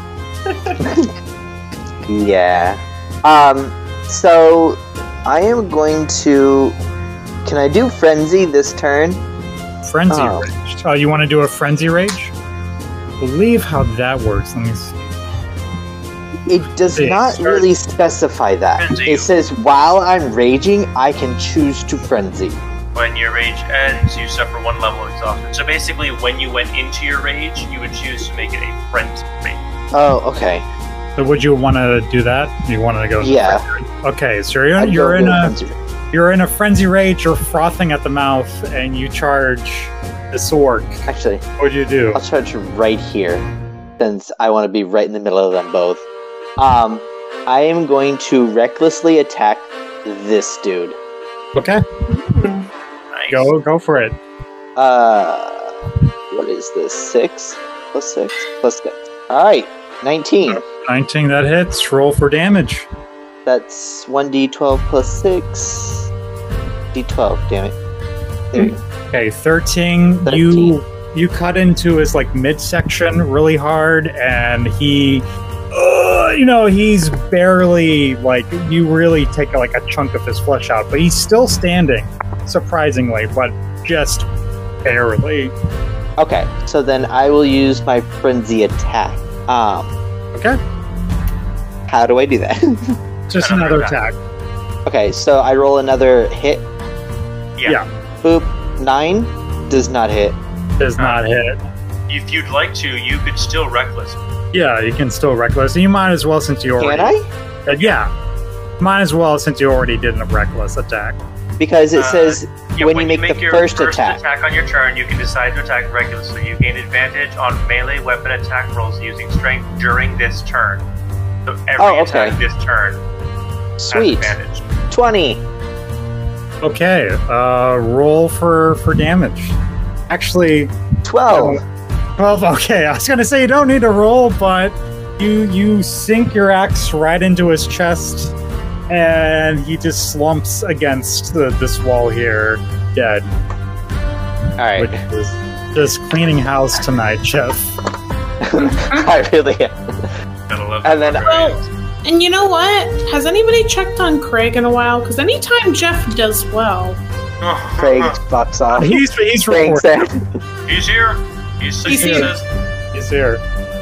Yeah. Um. So, I am going to. Can I do frenzy this turn? Frenzy Oh. rage. Oh, you want to do a frenzy rage? Believe how that works. Let me see. It does Yes. not really specify that. Frenzy. It says while I'm raging, I can choose to frenzy. When your rage ends, you suffer one level of exhaustion. So basically, when you went into your rage, you would choose to make it a frenzy rage. Oh, okay. So would you want to do that? You wanted to go? Yeah. Okay. So you're, I'd you're go in with a. frenzy. You're in a frenzy rage, you're frothing at the mouth, and you charge this orc. Actually, What would you do? I'll charge right here, since I want to be right in the middle of them both. Um, I am going to recklessly attack this dude. Okay, Nice. go go for it. Uh, what is this? Six plus six plus six. All right, nineteen. 19 that hits, roll for damage. That's one d12 plus six. D12, damn it. There you go. Okay, 13. Thirteen. You you cut into his like midsection really hard, and he, uh, you know, he's barely like you really take like a chunk of his flesh out, but he's still standing, surprisingly, but just barely. Okay, so then I will use my frenzy attack. Um, Okay, how do I do that? just another attack. okay, so I roll another hit. Yeah. Boop. Nine does not hit. Does not hit. If you'd like to, you could still reckless. Yeah, you can still reckless. You might as well since you already. Can I? Uh, yeah, might as well since you already did a reckless attack. Because it Uh, says Yeah, When you make the your first attack. on your turn, you can decide to attack regularly. You gain advantage on melee weapon attack rolls using strength during this turn. So every Oh, attack okay. this turn sweet has advantage. 20. Okay, uh, roll for for damage. Actually, 12. Well, okay. I was gonna say you don't need to roll, but you you sink your axe right into his chest, and he just slumps against the, this wall here, dead. Alright. Oh. Which is just cleaning house tonight, Jeff. I really am. Gotta love And that then- variant. And you know what? Has anybody checked on Craig in a while? Because anytime Jeff does well, Craig fucks off. He's he's Craig recording. said, He's here. He's He's here. successes. He's here.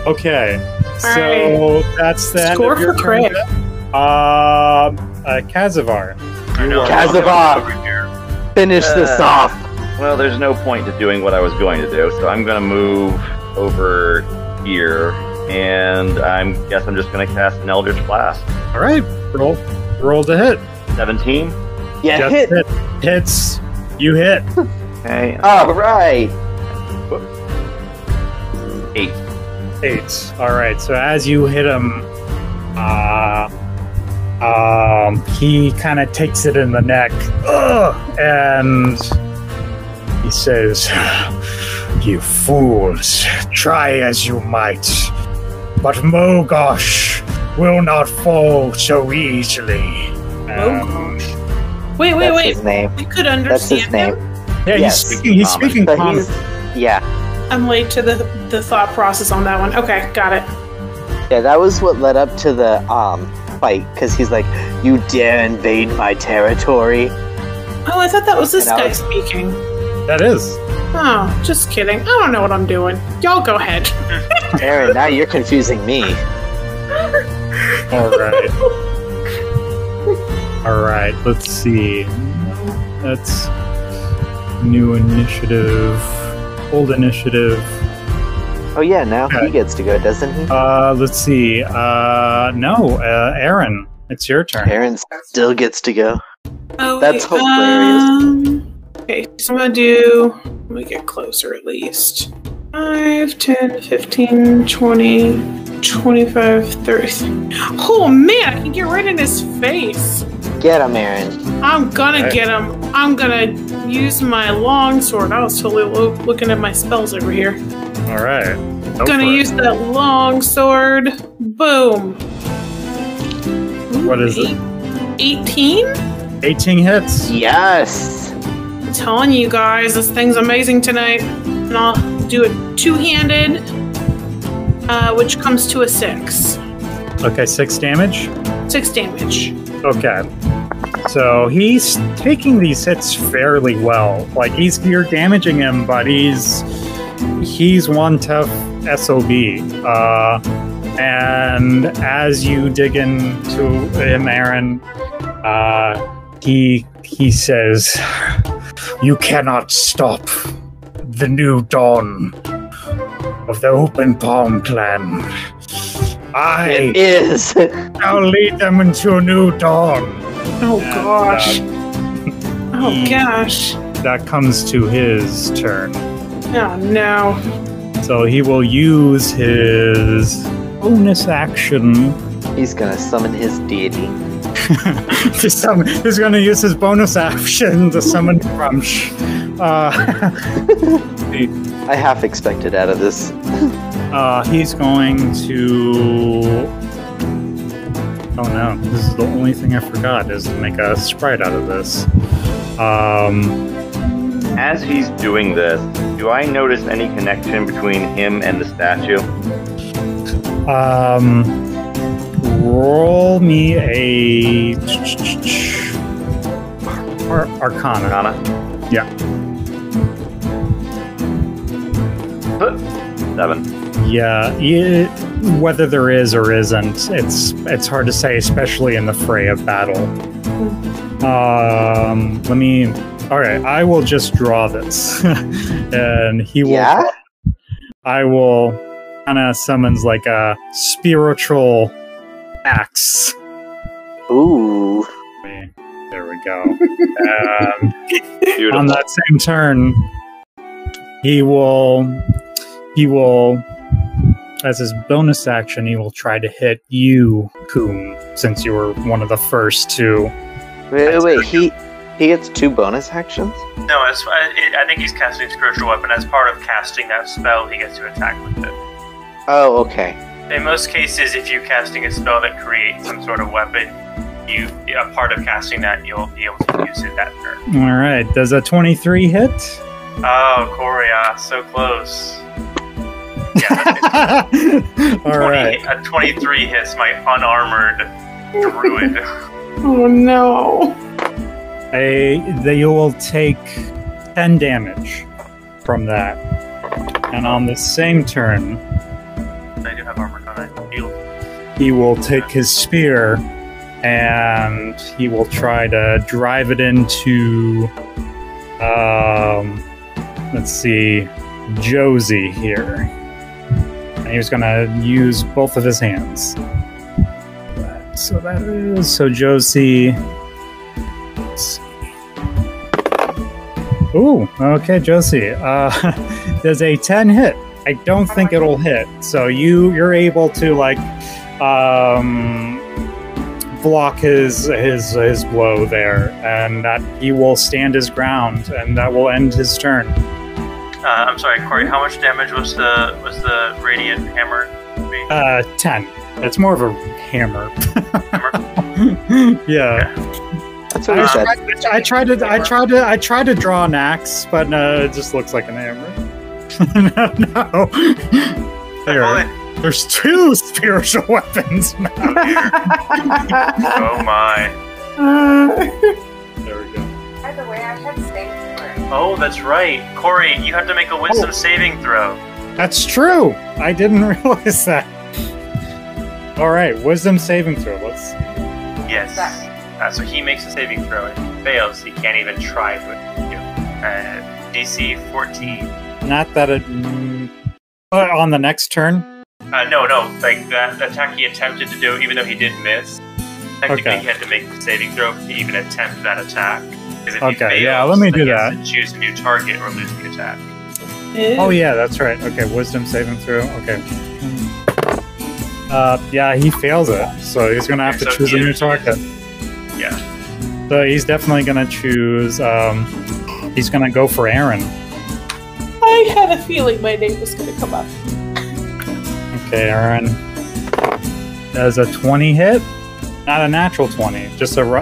Okay. So that's the end Score of your for turn, Craig. Jeff. Um, uh, Kazavar. I know. Kazavar. Over here. finish this Uh. off. Well, there's no point to doing what I was going to do, so I'm going to move over here, and I guess I'm just going to cast an Eldritch Blast. All right, roll roll to hit. 17. Yeah, Jeff hit. hit. hits. You hit. Okay. Oh, Alright. Eight. Eight. All right. So as you hit him, uh, um, he kind of takes it in the neck, Ugh! and he says, "You fools! Try as you might, but Mogosh will not fall so easily." Um, wait, wait, That's wait. his name. We could That's his understand name. him. yeah, Yes. he's speaking. He's Common. speaking But common. he's, yeah. I'm late to the the thought process on that one. Okay, got it. Yeah, that was what led up to the um fight because he's like, "You dare invade my territory?" Oh, I thought that was this And I guy was- speaking. That is. Oh, just kidding. I don't know what I'm doing. Y'all go ahead. Aaron, now you're confusing me. All right. All right. Let's see. That's new initiative. Old initiative. Oh yeah, now Okay. he gets to go, doesn't he? Uh, let's see. Uh, no, uh, Aaron, it's your turn. Aaron still gets to go. Oh, That's wait, hilarious. Um, okay, so I'm gonna do. Let me get closer at least. 5, 10, 15, 20, 25, 30. Oh man, I can get right in his face. Get him, Aaron. I'm gonna Alright. get him. I'm gonna use my long sword. I was totally lo- looking at my spells over here. All right. Go for gonna it. use that long sword. Boom. What is it? 18? 18 hits. Yes. I'm telling you guys, this thing's amazing tonight. And I'll do it two handed, uh, which comes to a six. Okay, six damage. Six damage. Okay. So he's taking these hits fairly well. Like he's you're damaging him, but he's he's one tough sob. Uh, and as you dig into him, Aaron, uh, he he says, "You cannot stop the new dawn of the Open Palm Clan. I." It is. I'll lead them into a new dawn. Oh And, gosh. Oh he- gosh. That comes to his turn. Oh no. So he will use his bonus action. he's gonna summon his deity. to summon, he's going to use his bonus action to summon Crunch. Uh, I half expected out of this. uh, he's going to. Oh no, this is the only thing I forgot is to make a sprite out of this. Um, As he's doing this, do I notice any connection between him and the statue? Um, roll me a Ar- Arcana. Nana? Yeah. Seven. Yeah, y whether there is or isn't, it's it's hard to say, especially in the fray of battle. Um, let me. All right, I will just draw this, and he will. Yeah? I will. Anna summons like a spiritual axe. Ooh. There we go. Um, Beautiful. on that same turn, he will he will as his bonus action, he will try to hit you, Coom, since you were one of the first to. Wait, wait, wait. He he gets two bonus actions. No, as, I, it- I think he's casting spiritual weapon as part of casting that spell. He gets to attack with it. Oh, okay. In most cases, if you're casting a spell that creates some sort of weapon, you a part of casting that you'll be able to use it that turn. All right, does a twenty-three hit? Oh, Coria, so close. All 20 right, A 23 hits my unarmored druid. Oh no. a, they, you will take ten damage from that, and on the same turn, I do have armor on it. You- he will take his spear and he will try to drive it into um let's see josie here and he's gonna use both of his hands so that is so josie let's see. Ooh, okay, Josie. Uh, does a ten hit? I don't think it'll hit. So you you're able to like um, block his his his blow there, and that he will stand his ground, and that will end his turn. Uh, I'm sorry, Corey. How much damage was the was the radiant hammer? doing? Uh, ten. That's more of a hammer. Hammer? yeah, That's what he said. I tried to I tried to I tried to draw an axe, but no, it just looks like an hammer. no, no. There, there's two spiritual weapons now. Oh my. There we go. By the way, I had saved Oh, that's right. Corey, you have to make a wisdom Oh. saving throw. That's true. I didn't realize that. All right, wisdom saving throw. Let's. Yes. Uh, so he makes a saving throw and he fails. He can't even try with you. Uh, DC 14. Not that it. mm, uh, on the next turn. Uh, no, no. Like that the attack he attempted to do, even though he did miss, technically Okay. he had to make the saving throw to even attempt that attack. 'Cause if he Okay, yeah, fails, let me then do he has to choose a new target or lose the attack. Oh yeah, that's right. Okay, wisdom saving throw. Okay. Uh, yeah, he fails it, so he's gonna have to Okay, so choose a he- new target. Yeah. So he's definitely gonna choose. Um, he's gonna go for Aaron. I had a feeling my name was gonna come up. Okay, Aaron. Does a twenty hit? Not a natural twenty, just a ru-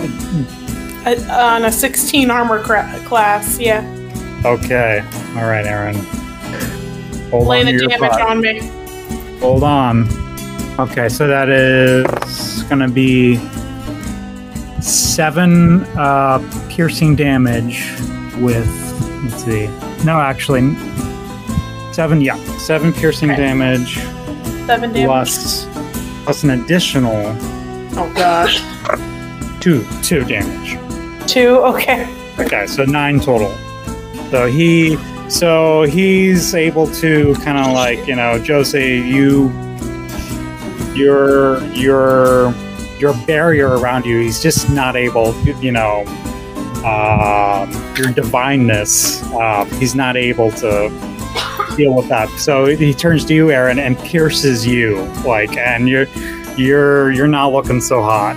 I, Uh, on a 16 armor cra- class, yeah. Okay. All right, Aaron. Hold Lay on. the to your damage butt. on me. Hold on. Okay, so that is going to be seven uh, piercing damage with. Let's see. No, actually, seven. Yeah, seven piercing Okay. damage, Seven damage. plus plus an additional Oh gosh. two two damage. Two. Okay. Okay, so nine total. So he, so he's able to kind of like you know, Jose, you, your your your barrier around you. He's just not able, you know, um, your divineness. Uh, he's not able to deal with that. So he turns to you, Aaron, and pierces you like, and you're you're you're not looking so hot.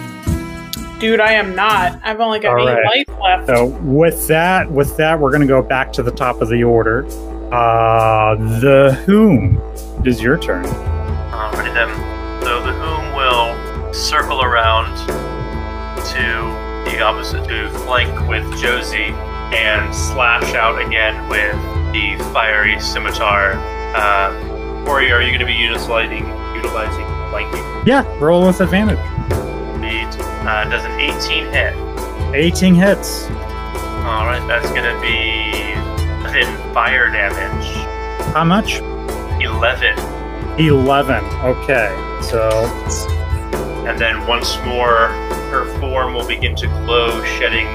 Dude, I am not. I've only got All eight right. life left. So with that, with that, we're going to go back to the top of the order. Uh, the whom It is your turn. Alrighty then. Um, So the whom will circle around to the opposite to flank with Josie and slash out again with the fiery scimitar. Uh, Corey, are you going to be utilizing utilizing flanking? Yeah, roll with advantage. Beat uh, does an 18 hit. 18 hits. All right, that's going to be 11 fire damage. How much? 11, 11. Okay, so and then once more, her form will begin to glow, shedding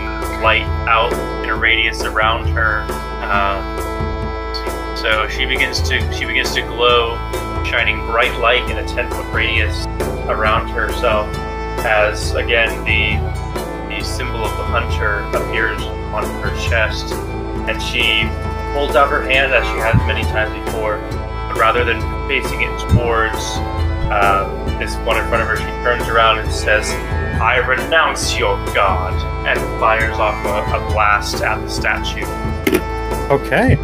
light out in a radius around her. Uh, so she begins to she begins to glow, shining bright light in a ten foot radius around herself. As again the the symbol of the hunter appears on her chest, and she holds out her hand as she has many times before, but rather than facing it towards uh, this one in front of her, she turns around and says, I renounce your god, and fires off a, a blast at the statue. okay.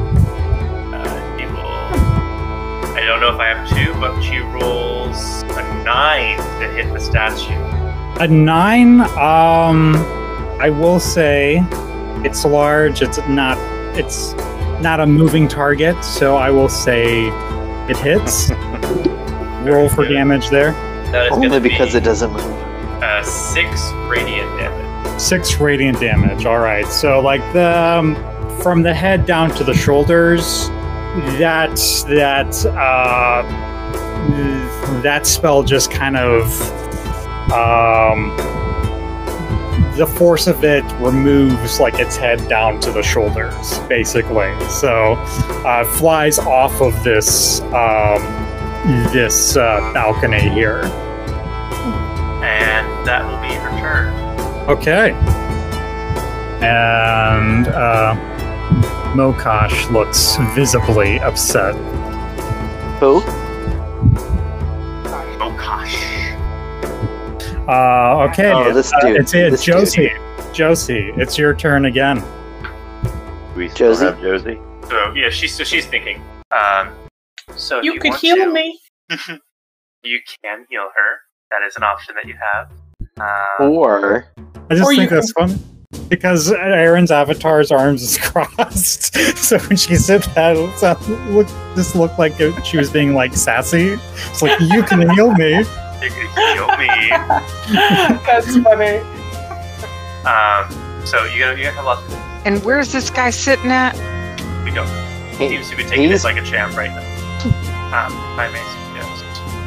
Uh, he will. I don't know if I have two, but she rolls a nine to hit the statue. A nine. Um, I will say, it's large. It's not. It's not a moving target, so I will say it hits. Roll for Very good. damage there. That is Only gonna because be, it doesn't move. uh, six radiant damage. Six radiant damage. All right. So like the um, from the head down to the shoulders, that that uh, that spell just kind of um, the force of it removes like its head down to the shoulders, basically. So uh, it flies off of this um, this uh, balcony here. And that will be her turn. Okay. And uh, Mokosh looks visibly upset. Who? Oh gosh. Uh, okay, Oh, this uh, dude. it's it, This Josie. Josie, it's your turn again. Do we still Josie? have Josie? So yeah, she's so she's thinking. Um so if You could want heal to, me. You can heal her. That is an option that you have. Oh. Uh, Or I just Or think you- that's funny because Aaron's avatar's arms is crossed, so when she said that, it sound- look, just looked like it- she was being like sassy. It's like you can heal me. you can heal me. That's funny. Um, so you gotta, you gotta have lots of And where's this guy sitting at? We don't. He he, seems to be taking this he's- like a champ right now. Um, if I may suggest.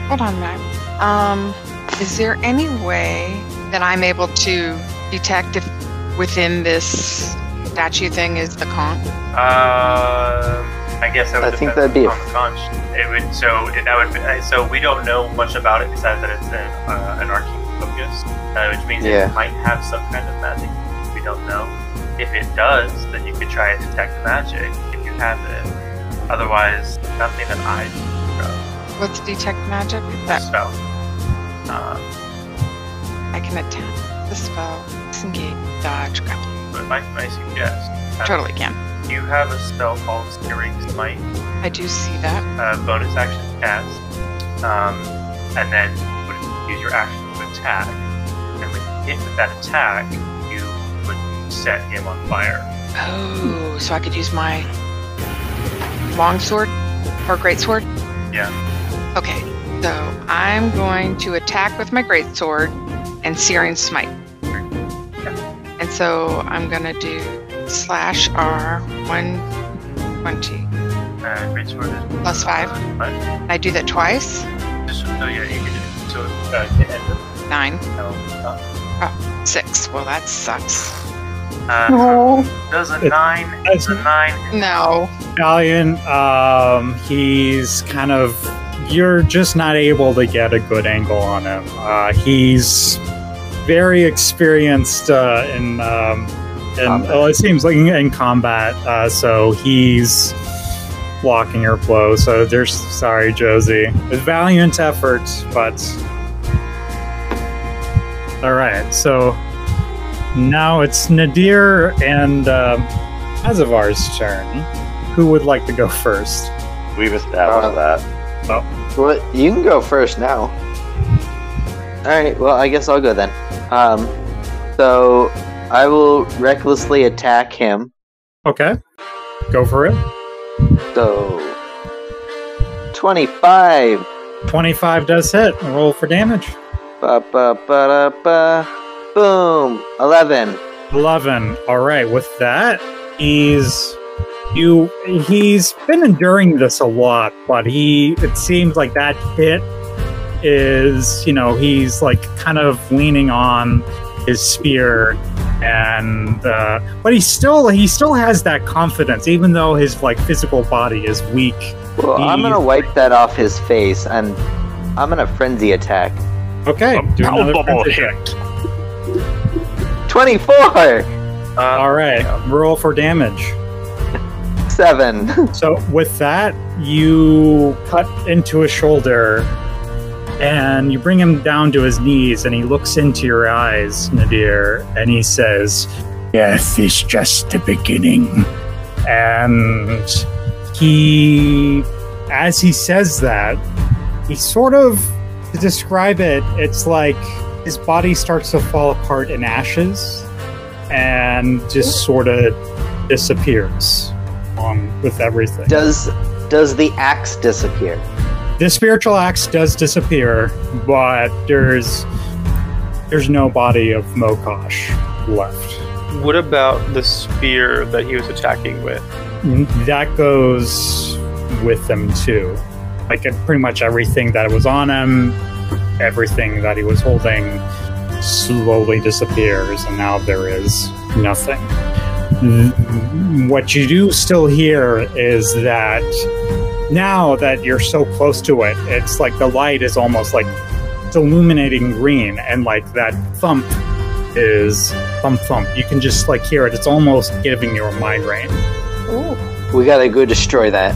Hold on, Matt. Um, is there any way that I'm able to detect if within this statue thing is the con? Um, I guess that would I think depend that'd be a- on the conch. It would so it, that would uh, so we don't know much about it besides that it's an uh, an arcane focus, uh, which means Yeah. it might have some kind of magic. We don't know. If it does, then you could try and detect magic if you have it. Otherwise, nothing that I Let's detect magic. That spell. Um, I can attack the spell, disengage, dodge, grapple. but if I may suggest, um, Totally can. you have a spell called Searing Smite. I do see that. uh, bonus action to cast, um, and then would use your action to attack. And when you hit with that attack, you would set him on fire. Oh, so I could use my longsword or greatsword? Yeah. Okay, so I'm going to attack with my greatsword and Searing Smite. And so I'm going to do slash R 120 Uh, great sword is plus 5. But I do that twice. just so yeah, you can so uh, hit end of 9, hell. Uh, 6. Well, that sucks. Uh, does a nine? As- A nine. No. Valiant, um, he's kind of. You're just not able to get a good angle on him. Uh, he's very experienced uh, in, um, in Combat. well, it seems like in, in combat. Uh, so he's blocking your blow. So there's sorry, Josie. A valiant effort, but all right. So now it's Nadir and um Azavar's turn. Who would like to go first? We've established that. well, you can go first now. All right. Well, I guess I'll go then. Um, so I will recklessly attack him Okay. Go for it. So. 25! 25 does hit. Roll for damage. Ba, ba, ba, da, ba. Boom! 11. 11. All right. With that, he's. You. He's been enduring this a lot, but he. It seems like that hit is, you know, he's like kind of leaning on his spear and uh, but he still he still has that confidence even though his like physical body is weak Well, I'm gonna Jeez. wipe that off his face and I'm gonna frenzy attack. okay do another palpable frenzy check. 24! Uh, all right roll for damage 7. So with that, you cut into his shoulder and you bring him down to his knees and he looks into your eyes, Nadir, and he says, Death is just the beginning. And he as he says that, he sort of to describe it, it's like his body starts to fall apart in ashes and just sort of disappears along with everything. Does does the axe disappear? the spiritual axe does disappear, but there's there's no body of Mokosh left. What about the spear that he was attacking with? That goes with him too. Like uh, pretty much everything that was on him, everything that he was holding slowly disappears, and now there is nothing. Mm, What you do still hear is that now that you're so close to it, it's like the light is almost like it's illuminating green, and like that thump is thump thump. You can just like hear it. It's almost giving you a migraine. We gotta go destroy that.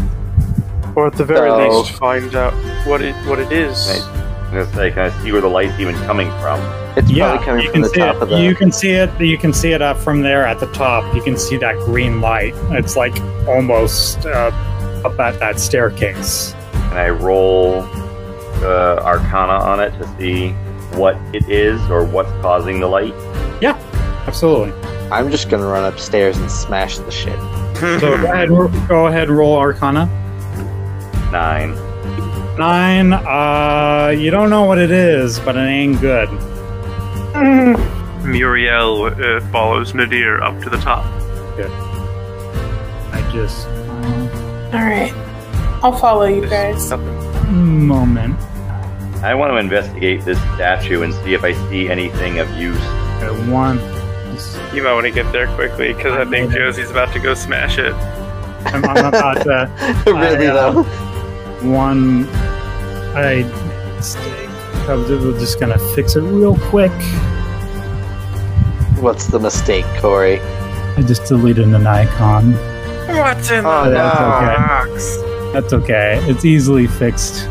Or at the very No. least, find out what it what it is. Right. I'm gonna say, can I see where the light's even coming from? It's Yeah, probably coming you from can the see top it. of the. You can see it. You can see it up from there at the top. You can see that green light. It's like almost uh, up at that staircase. Can I roll uh, Arcana on it to see what it is or what's causing the light? Absolutely. I'm just gonna run upstairs and smash the shit. So go ahead, go ahead, roll Arcana. Nine. Nine. Uh, you don't know what it is, but it ain't good. Muriel uh, follows Nadir up to the top. I just All right. I'll follow you guys. Nothing. moment. I want to investigate this statue and see if I see anything of use. Uh, One. You might want to get there quickly because I think Josie's about to go smash it. I'm, I'm about to. really I, uh, though. one I mistake. I'm ju- just gonna fix it real quick. What's the mistake, Corey? I just deleted an icon. What's in Oh, that's okay. box? That's okay. It's easily fixed.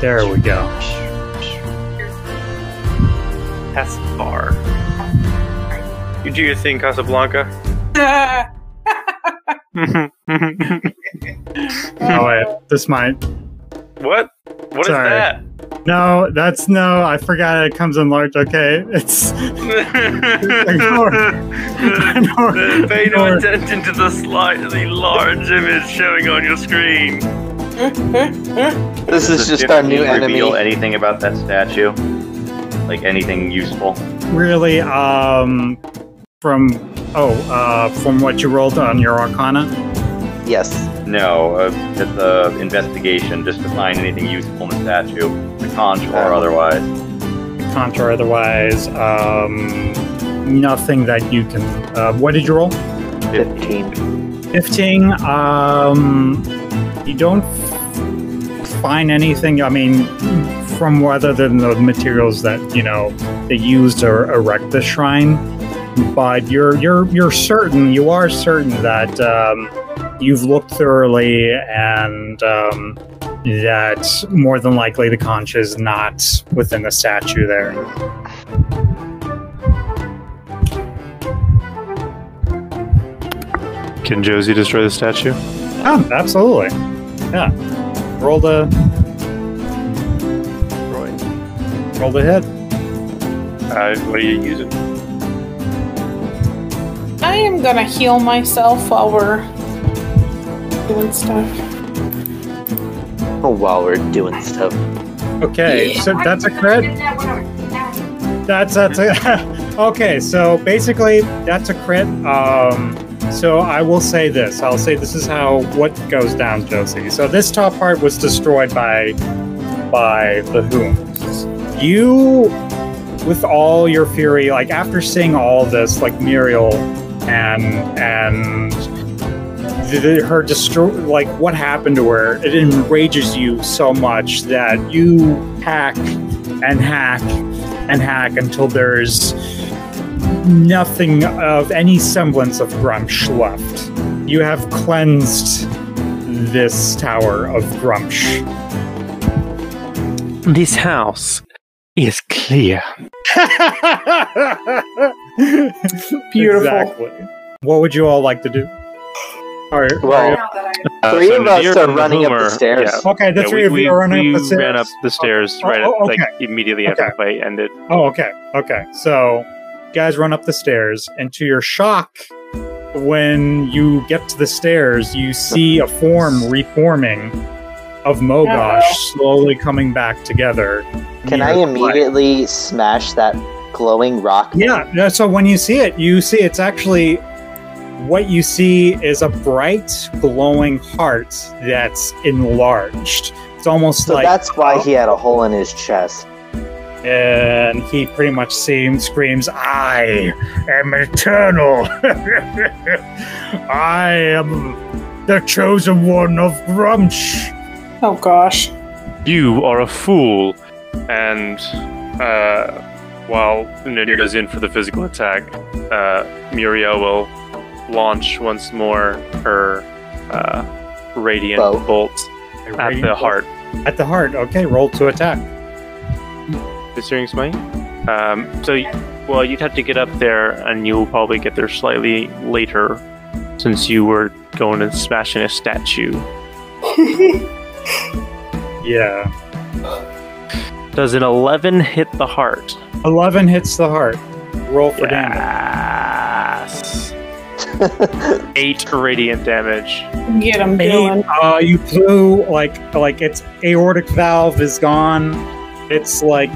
There we go. Caspar. You do your thing, Casablanca. Ah, Oh wait, this might. What? What is Sorry. No, that's no. I forgot it comes in large. Okay, it's. that? Ignore- Pay no ignore. attention to the slightly large image showing on your screen. This is Does the just our 15 new reveal enemy. anything about that statue? Like anything useful? Really, um, from oh, uh, from what you rolled on your Arcana. Yes. No, uh, it's an investigation just to find anything useful in the statue, the conch or otherwise. Contour otherwise, um, nothing that you can. Uh, what did you roll? 15. 15. Um, you don't f- find anything, I mean, from other than the materials that, you know, they used to erect the shrine. But you're, you're, you're certain, you are certain that um, you've looked thoroughly and um, that more than likely the conch is not within the statue there. Can Josie destroy the statue? Oh, absolutely. Yeah. Roll the. Roll the hit. Uh, what are you using? I am gonna heal myself while we're doing stuff. Oh, while we're doing stuff. Okay, so that's a crit. That's that's a okay. So basically, that's a crit. Um, so I will say this. I'll say this is how what goes down, Josie. So this top part was destroyed by by the Hooms. You, with all your fury, like after seeing all this, like Muriel and and th- th- her destroy like what happened to her it enrages you so much that you hack and hack and hack until there's nothing of any semblance of grumsh left you have cleansed this tower of grumsh This house is clear. Beautiful. Exactly. What would you all like to do? All right. Well, Uh, Three of us Nadir are and running up the Hoomer- stairs. yeah, okay, the Yeah, three we, of we, you are running we up the stairs. ran up the stairs Oh, right oh, at, okay. like immediately after Okay. the fight ended. Oh, okay. Okay. So, you guys run up the stairs, and to your shock, when you get to the stairs, you see a form reforming of Mogosh slowly coming back together. Can near I the immediately smash that glowing rock? thing? Yeah, no, so when you see it, you see it's actually what you see is a bright, glowing heart that's enlarged. It's almost So like, that's why he had a hole in his chest. and he pretty much seems, screams, I am eternal. I am the chosen one of Grumsh. Oh gosh. You are a fool. And uh, while Nadir goes in for the physical attack, uh, Muriel will launch once more her uh, radiant Bow. bolt at the heart. At the heart. Okay, roll to attack. Discerning smite. Um, so, y- well, you'd have to get up there, and you'll probably get there slightly later, since you were going and smashing a statue. Yeah. Does an 11 hit the heart? 11 hits the heart. Roll for damage. Yes. Eight radiant damage. Get him Pain, doing. uh, you blew like like its aortic valve is gone. It's like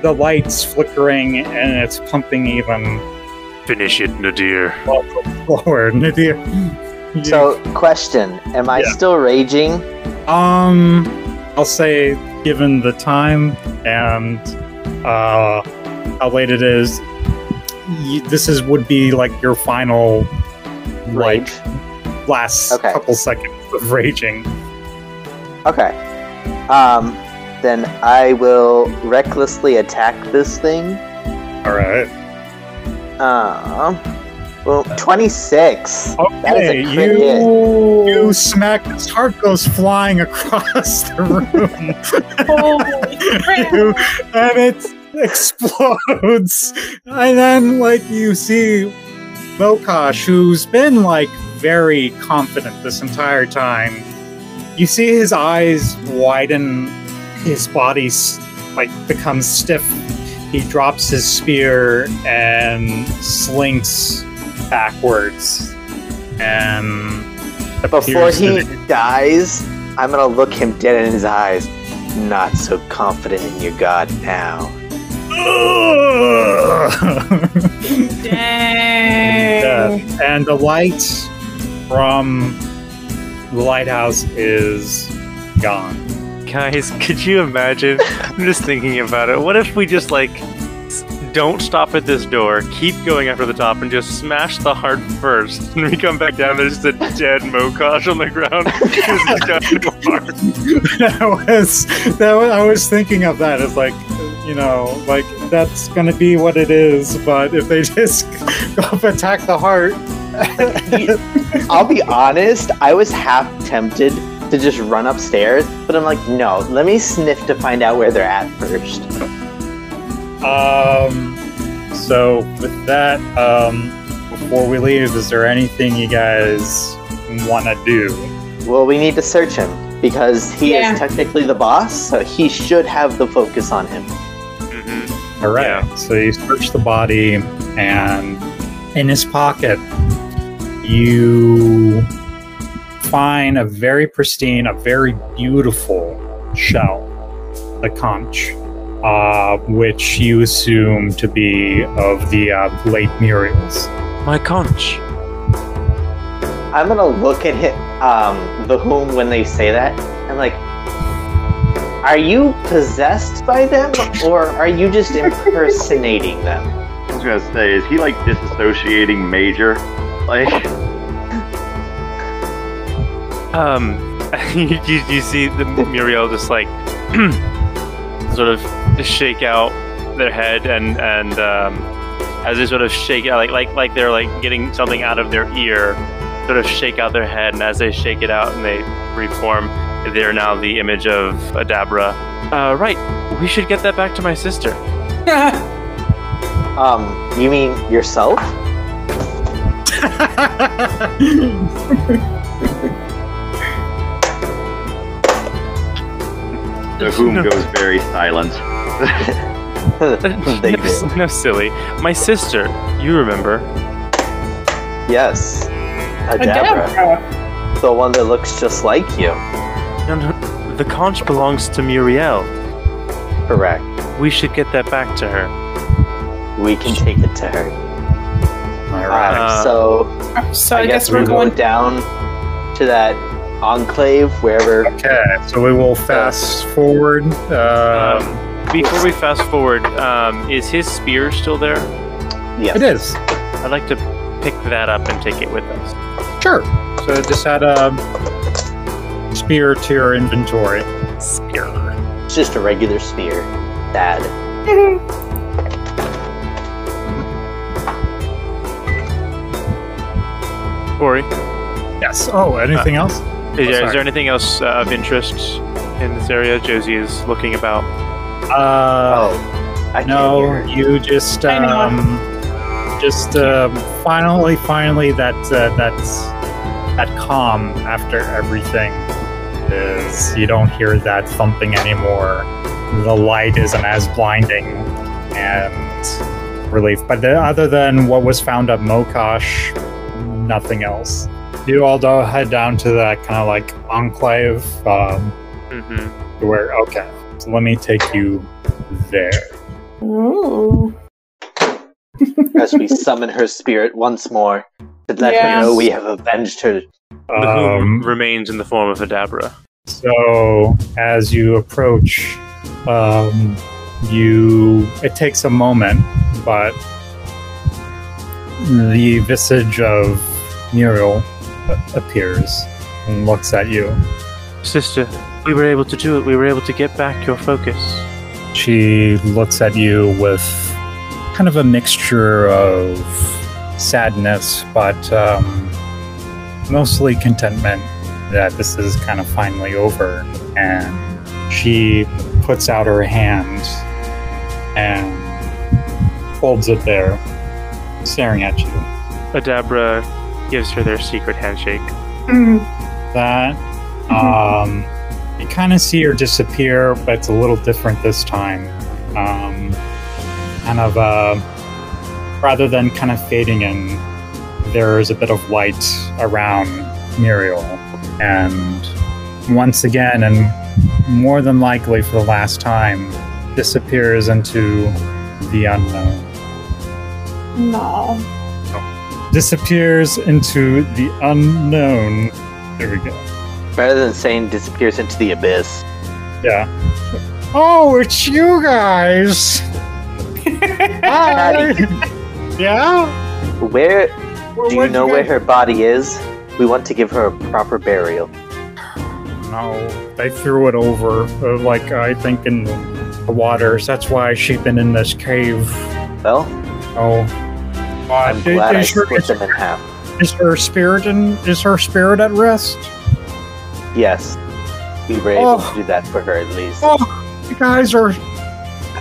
the lights flickering and it's pumping even Finish it, Nadir. lower. Nadir, you- So, question: Am I Yeah. still raging? um, I'll say given the time and uh, how late it is, y- this is would be like your final like Rage. last Okay. couple seconds of raging. Okay. Um, then I will recklessly attack this thing. All right, Um, well, twenty-six. okay, That is a crit you. hit. You smack his heart goes flying across the room. Holy crap. You- and it explodes. And then like you see Mokosh, who's been like very confident this entire time. You see his eyes widen, his body s- like becomes stiff. He drops his spear and slinks backwards. And Before appears to he be- dies, I'm gonna look him dead in his eyes. Not so confident in your god now. Dang. Yeah. And the light from the lighthouse is gone. Guys, could you imagine? I'm just thinking about it. What if we just like s- don't stop at this door, keep going after the top, and just smash the heart first, and we come back down. There's just a dead Mokosh on the ground. Just a giant heart. that was that was, I was thinking of that as like you know like that's gonna be what it is. But if they just go up attack the heart, I'll be honest, I was half tempted to just run upstairs, but I'm like, no, let me sniff to find out where they're at first. um, so with that, um, before we leave, is there anything you guys want to do? Well, we need to search him because he Yeah. is technically the boss, so he should have the focus on him. Mhm. All right. So you search the body, and in his pocket, you find a very pristine, a very beautiful shell, the conch, uh, which you assume to be of the uh, late Muriel's. My conch. I'm gonna look at him, um, the whom when they say that. I'm like, are you possessed by them, or are you just impersonating them? I was gonna say, is he like disassociating major? Like, Um, you, you, you see the Muriel just like sort of shake out their head and and um, as they sort of shake out like like like they're like getting something out of their ear, sort of shake out their head and as they shake it out and they reform, they're now the image of Adabra. Uh, right, we should get that back to my sister. Um, you mean yourself? the whom goes very silent. they do. no, silly. My sister, you remember. Yes. Adabra. The one that looks just like you. No, no, the conch belongs to Muriel. Correct. We should get that back to her. We can take it to her. All Alright, Uh, so So I, guess, we're going down to that enclave wherever. Okay, so we will fast forward. Um, Um, before we fast forward, um, is his spear still there? it Yes. is. I'd like to pick that up and take it with us. Sure. So just add a spear to your inventory. Spear. It's just a regular spear. Sad. Corey, Yes. Oh, anything else? is, there, is sorry. there anything else uh, of interest in this area? Josie is looking about. Uh, oh, I no, can't hear. you just I know. um, just um, finally, finally, that uh, that's that calm after everything is. You don't hear that thumping anymore. The light isn't as blinding and relief. But the, other than what was found at Mokosh, nothing else. You all do head down to that kind of like enclave. Um, Mm-hmm. where okay. So let me take you there. Ooh. As we summon her spirit once more to let Yes. her know we have avenged her. The Um, whom remains in the form of Adabra. so as you approach, um, you it takes a moment, but the visage of Muriel a- appears and looks at you. Sister, we were able to do it. We were able to get back your focus. She looks at you with kind of a mixture of sadness, but um, mostly contentment that this is kind of finally over. And she puts out her hand and holds it there, staring at you. Adabra gives her their secret handshake. Mm. that. Um, you kind of see her disappear, but it's a little different this time. Um, kind of, uh, rather than kind of fading in, there is a bit of light around Muriel. And once again, and more than likely for the last time, disappears into the unknown No. disappears into the unknown there we go Rather than saying disappears into the abyss. Yeah. Oh, it's you guys. Hi. yeah. Where Well, do you know where her body is? We want to give her a proper burial. No, they threw it over, uh, like I think in the waters. That's why she's been in this cave. Well, Oh. Uh, I'm glad I is, her, split is, them in half. is her spirit in, is her spirit at rest? Yes, we were able Oh. to do that for her at least. Oh, you guys are.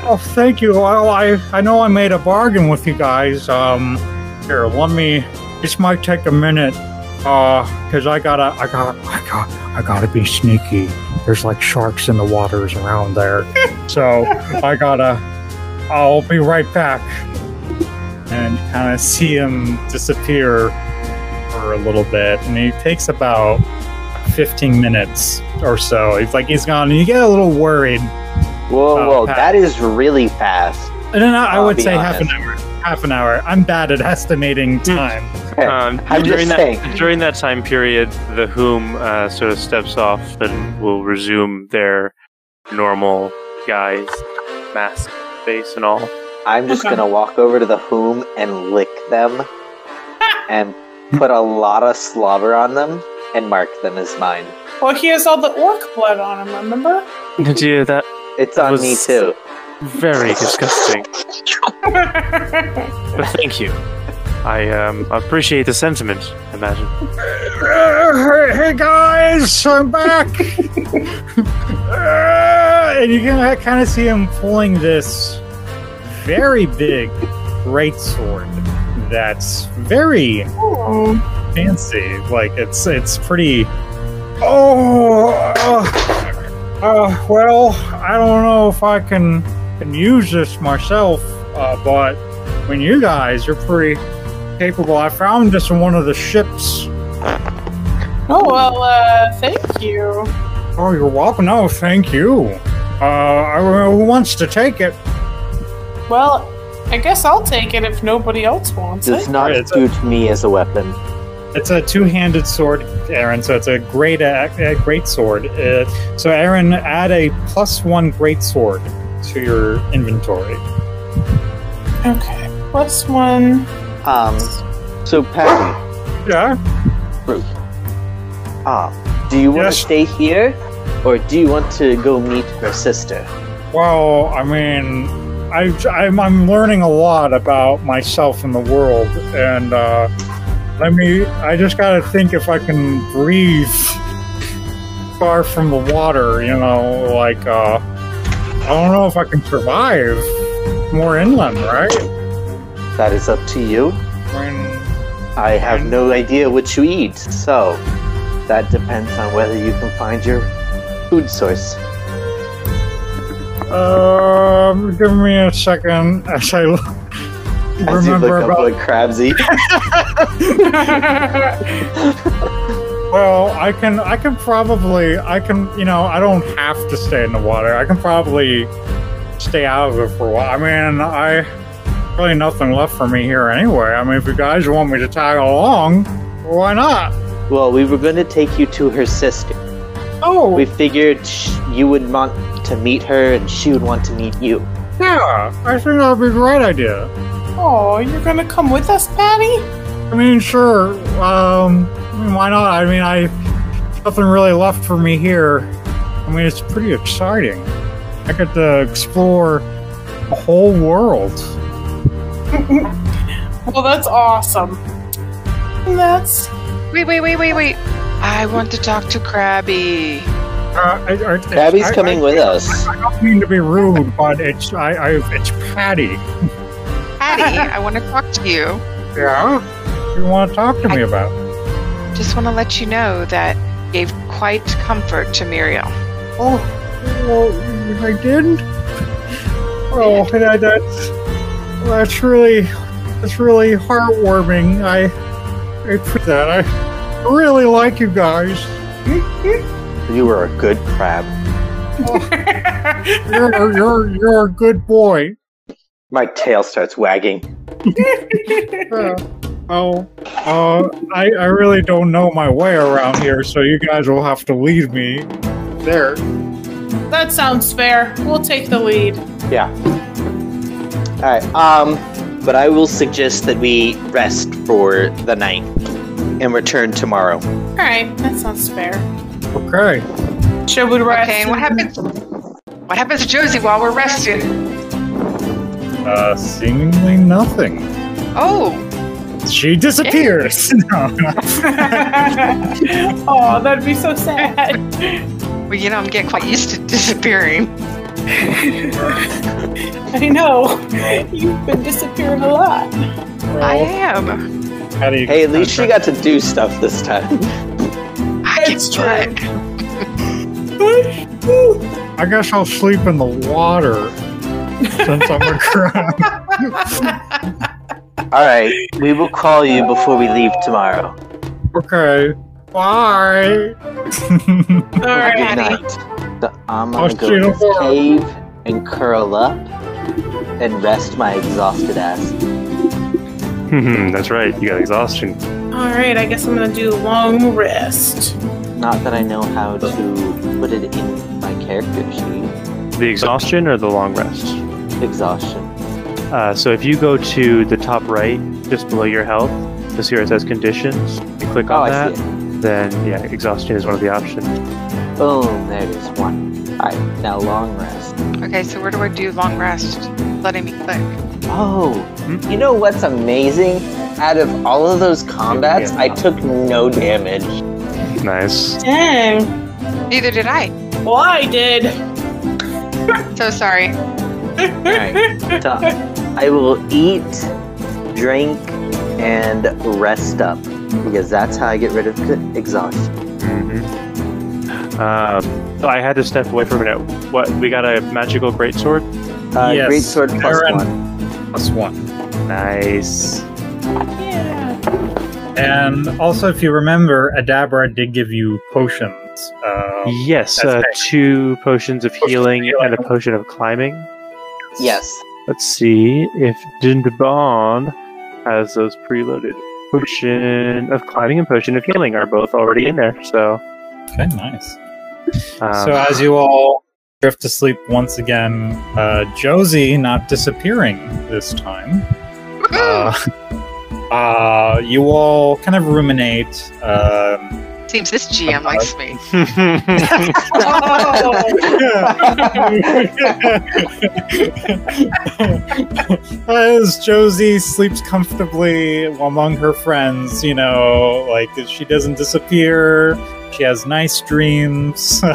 Oh, thank you. Well, I I know I made a bargain with you guys. Um, here, let me. This might take a minute. Uh, cause I gotta, I gotta, I gotta, I gotta be sneaky. There's like sharks in the waters around there, so I gotta. I'll be right back. and kind of see him disappear for a little bit. And he takes about 15 minutes or so. He's like, he's gone. And you get a little worried. Whoa, Oh, whoa, Pat. that is really fast. And then I, I I'll would be say half honest. Hmm. an hour. Half an hour. I'm bad at estimating time. Um, I'm during just that saying. during that time period, the whom uh, sort of steps off and will resume their normal guise, mask, face, and all. I'm just Okay. gonna walk over to the whom and lick them, and put a lot of slobber on them and mark them as mine. Well, he has oh, all the orc blood on him, remember? Did you hear that? It's on me Was- too. Very disgusting. But thank you. I um, appreciate the sentiment. I Imagine. hey, hey, guys, I'm back. Uh, and you can kind of see him pulling this very big greatsword that's very fancy. Like it's it's pretty. Oh, uh, uh, well, I don't know if I can can use this myself, uh, but when you guys are pretty capable, I found this in one of the ships. Oh well, uh, thank you. Oh, you're welcome. No, thank you. Uh, I don't know who wants to take it? Well, I guess I'll take it if nobody else wants Does it. not Right, it's a- suit me as a weapon. It's a two-handed sword, Aaron. So it's a great, uh, a great sword. Uh, so Aaron, add a plus one great sword to your inventory. Okay. What's one? Um, so Patty, Yeah. Ruth, ah, do you want Yes. to stay here, or do you want to go meet her sister? Well, I mean, I, I'm, I'm learning a lot about myself and the world, and uh, let me. I just gotta think if I can breathe far from the water. You know, like uh, I don't know if I can survive more inland, right? That is up to you. I mean, I have no idea what you eat, so that depends on whether you can find your food source. um, give me a second as I l- As you remember look up about what crabs eat. Well, I can I can probably I can you know I don't have to stay in the water. I can probably stay out of it for a while. I mean, I really nothing left for me here anyway. I mean, if you guys want me to tag along, why not? Well, we were going to take you to her sister. Oh, We figured sh- you would want to meet her and she would want to meet you. yeah, I think that'd be a great idea. Oh, you're gonna come with us, Patty? I mean, sure. Um, I mean, why not? I mean, I nothing really left for me here. I mean, it's pretty exciting. I get to explore the whole world. Well, that's awesome. That's Wait, wait, wait, wait, wait. I want to talk to Krabby. Uh, I, I, Abby's I- coming I, with us. I don't mean to be rude, but it's I, I it's Patty. Patty, I want to talk to you. Yeah. You want to talk to me about? it? Just want to let you know that gave quite comfort to Muriel. Oh, well, I didn't. Oh, that, that's that's really that's really heartwarming. I I appreciate that. I really like you guys. You were a good crab. You're you're you're a good boy. My tail starts wagging. Uh, oh, uh, I I really don't know my way around here, so you guys will have to lead me there. that sounds fair. We'll take the lead. Alright, um, but I will suggest that we rest for the night and return tomorrow. All right, that sounds fair. Okay. Should we rest? Okay, and what happens? What happens to Josie while we're resting? Uh, seemingly nothing. Oh, She disappears. oh, that'd be so sad. well, you know, I'm getting quite used to disappearing. I know. You've been disappearing a lot. I am. Hey, at least she got to do stuff this time. I can It's true. look. I guess I'll sleep in the water since I'm a crab. Alright, we will call you before we leave tomorrow. Okay. Bye. All Have a right. Good night. So I'm I'll gonna go see you to this tomorrow. cave and curl up and rest my exhausted ass. That's right. You got exhaustion. All right. I guess I'm gonna do a long rest. Not that I know how to put it in my character sheet. The exhaustion or the long rest? Exhaustion. Uh, so if you go to the top right, just below your health, to see where it says conditions, you click Oh, on I that, see it. then yeah, exhaustion is one of the options. Boom, there it is. One. Alright, now long rest. Okay, so where do I do long rest? Letting me click. Oh, you know what's amazing? Out of all of those combats, I took no damage. Nice. Dang. Neither did I. Well, I did. So sorry. Alright, so I will eat, drink, and rest up because that's how I get rid of c- exhaustion. Mm-hmm. Um, I had to step away for a minute. What? We got a magical greatsword. Uh, Yes, Great sword plus Aaron. one. Plus one. Nice. Yeah. And also, if you remember, Adabra did give you potions. Um, Yes, that's uh, nice. two potions of Potion of healing healing. and a potion of climbing. Yes. Let's see if Dindabon has those preloaded. Potion of climbing and potion of healing are both already in there. So, okay, nice. um, so as you all drift to sleep once again, uh, Josie not disappearing this time. Uh, uh, you all kind of ruminate. Um, Seems this GM likes me. Oh! as Josie sleeps comfortably among her friends, you know, like she doesn't disappear. She has nice dreams.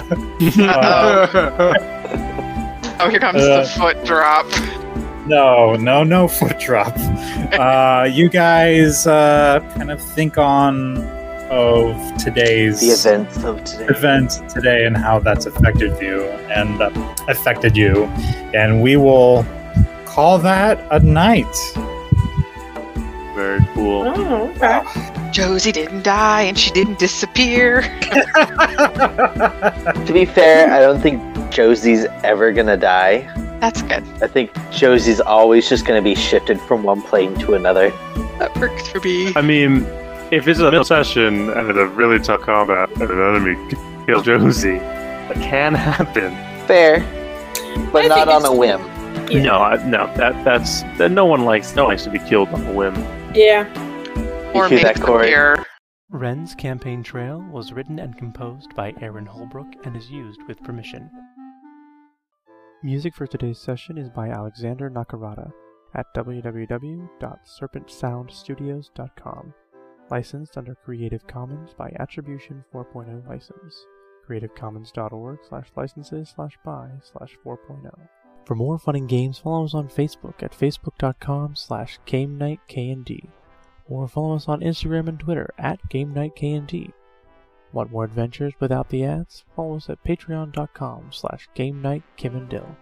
Oh, here comes Uh, the foot drop. No, no, no foot drop. uh, you guys uh, kind of think on of today's The events of today. event today and how that's affected you and uh, affected you, and we will call that a night. Very cool. Oh, okay. Josie didn't die and she didn't disappear. To be fair, I don't think Josie's ever gonna die. That's good. I think Josie's always just gonna be shifted from one plane to another. That works for me. I mean, if it's a middle session and it's a really tough combat and an enemy kills Josie, that can happen. Fair, but I not think on it's- a whim. Yeah. No, I, no, that that's that. No one likes no one likes to be killed on a whim. Yeah. Or hear maybe that, Corey? appear. Wren's Campaign Trail was written and composed by Aaron Holbrook and is used with permission. Music for today's session is by Alexander Nakarada at www.serpentsoundstudios.com. Licensed under Creative Commons by Attribution 4.0 license. CreativeCommons.org slash licenses slash by slash 4.0. For more fun and games, follow us on Facebook at facebook.com slash game night KND or follow us on Instagram and Twitter at GameNightKNT. Want more adventures without the ads? Follow us at patreon.com slash GameNightKivinDill.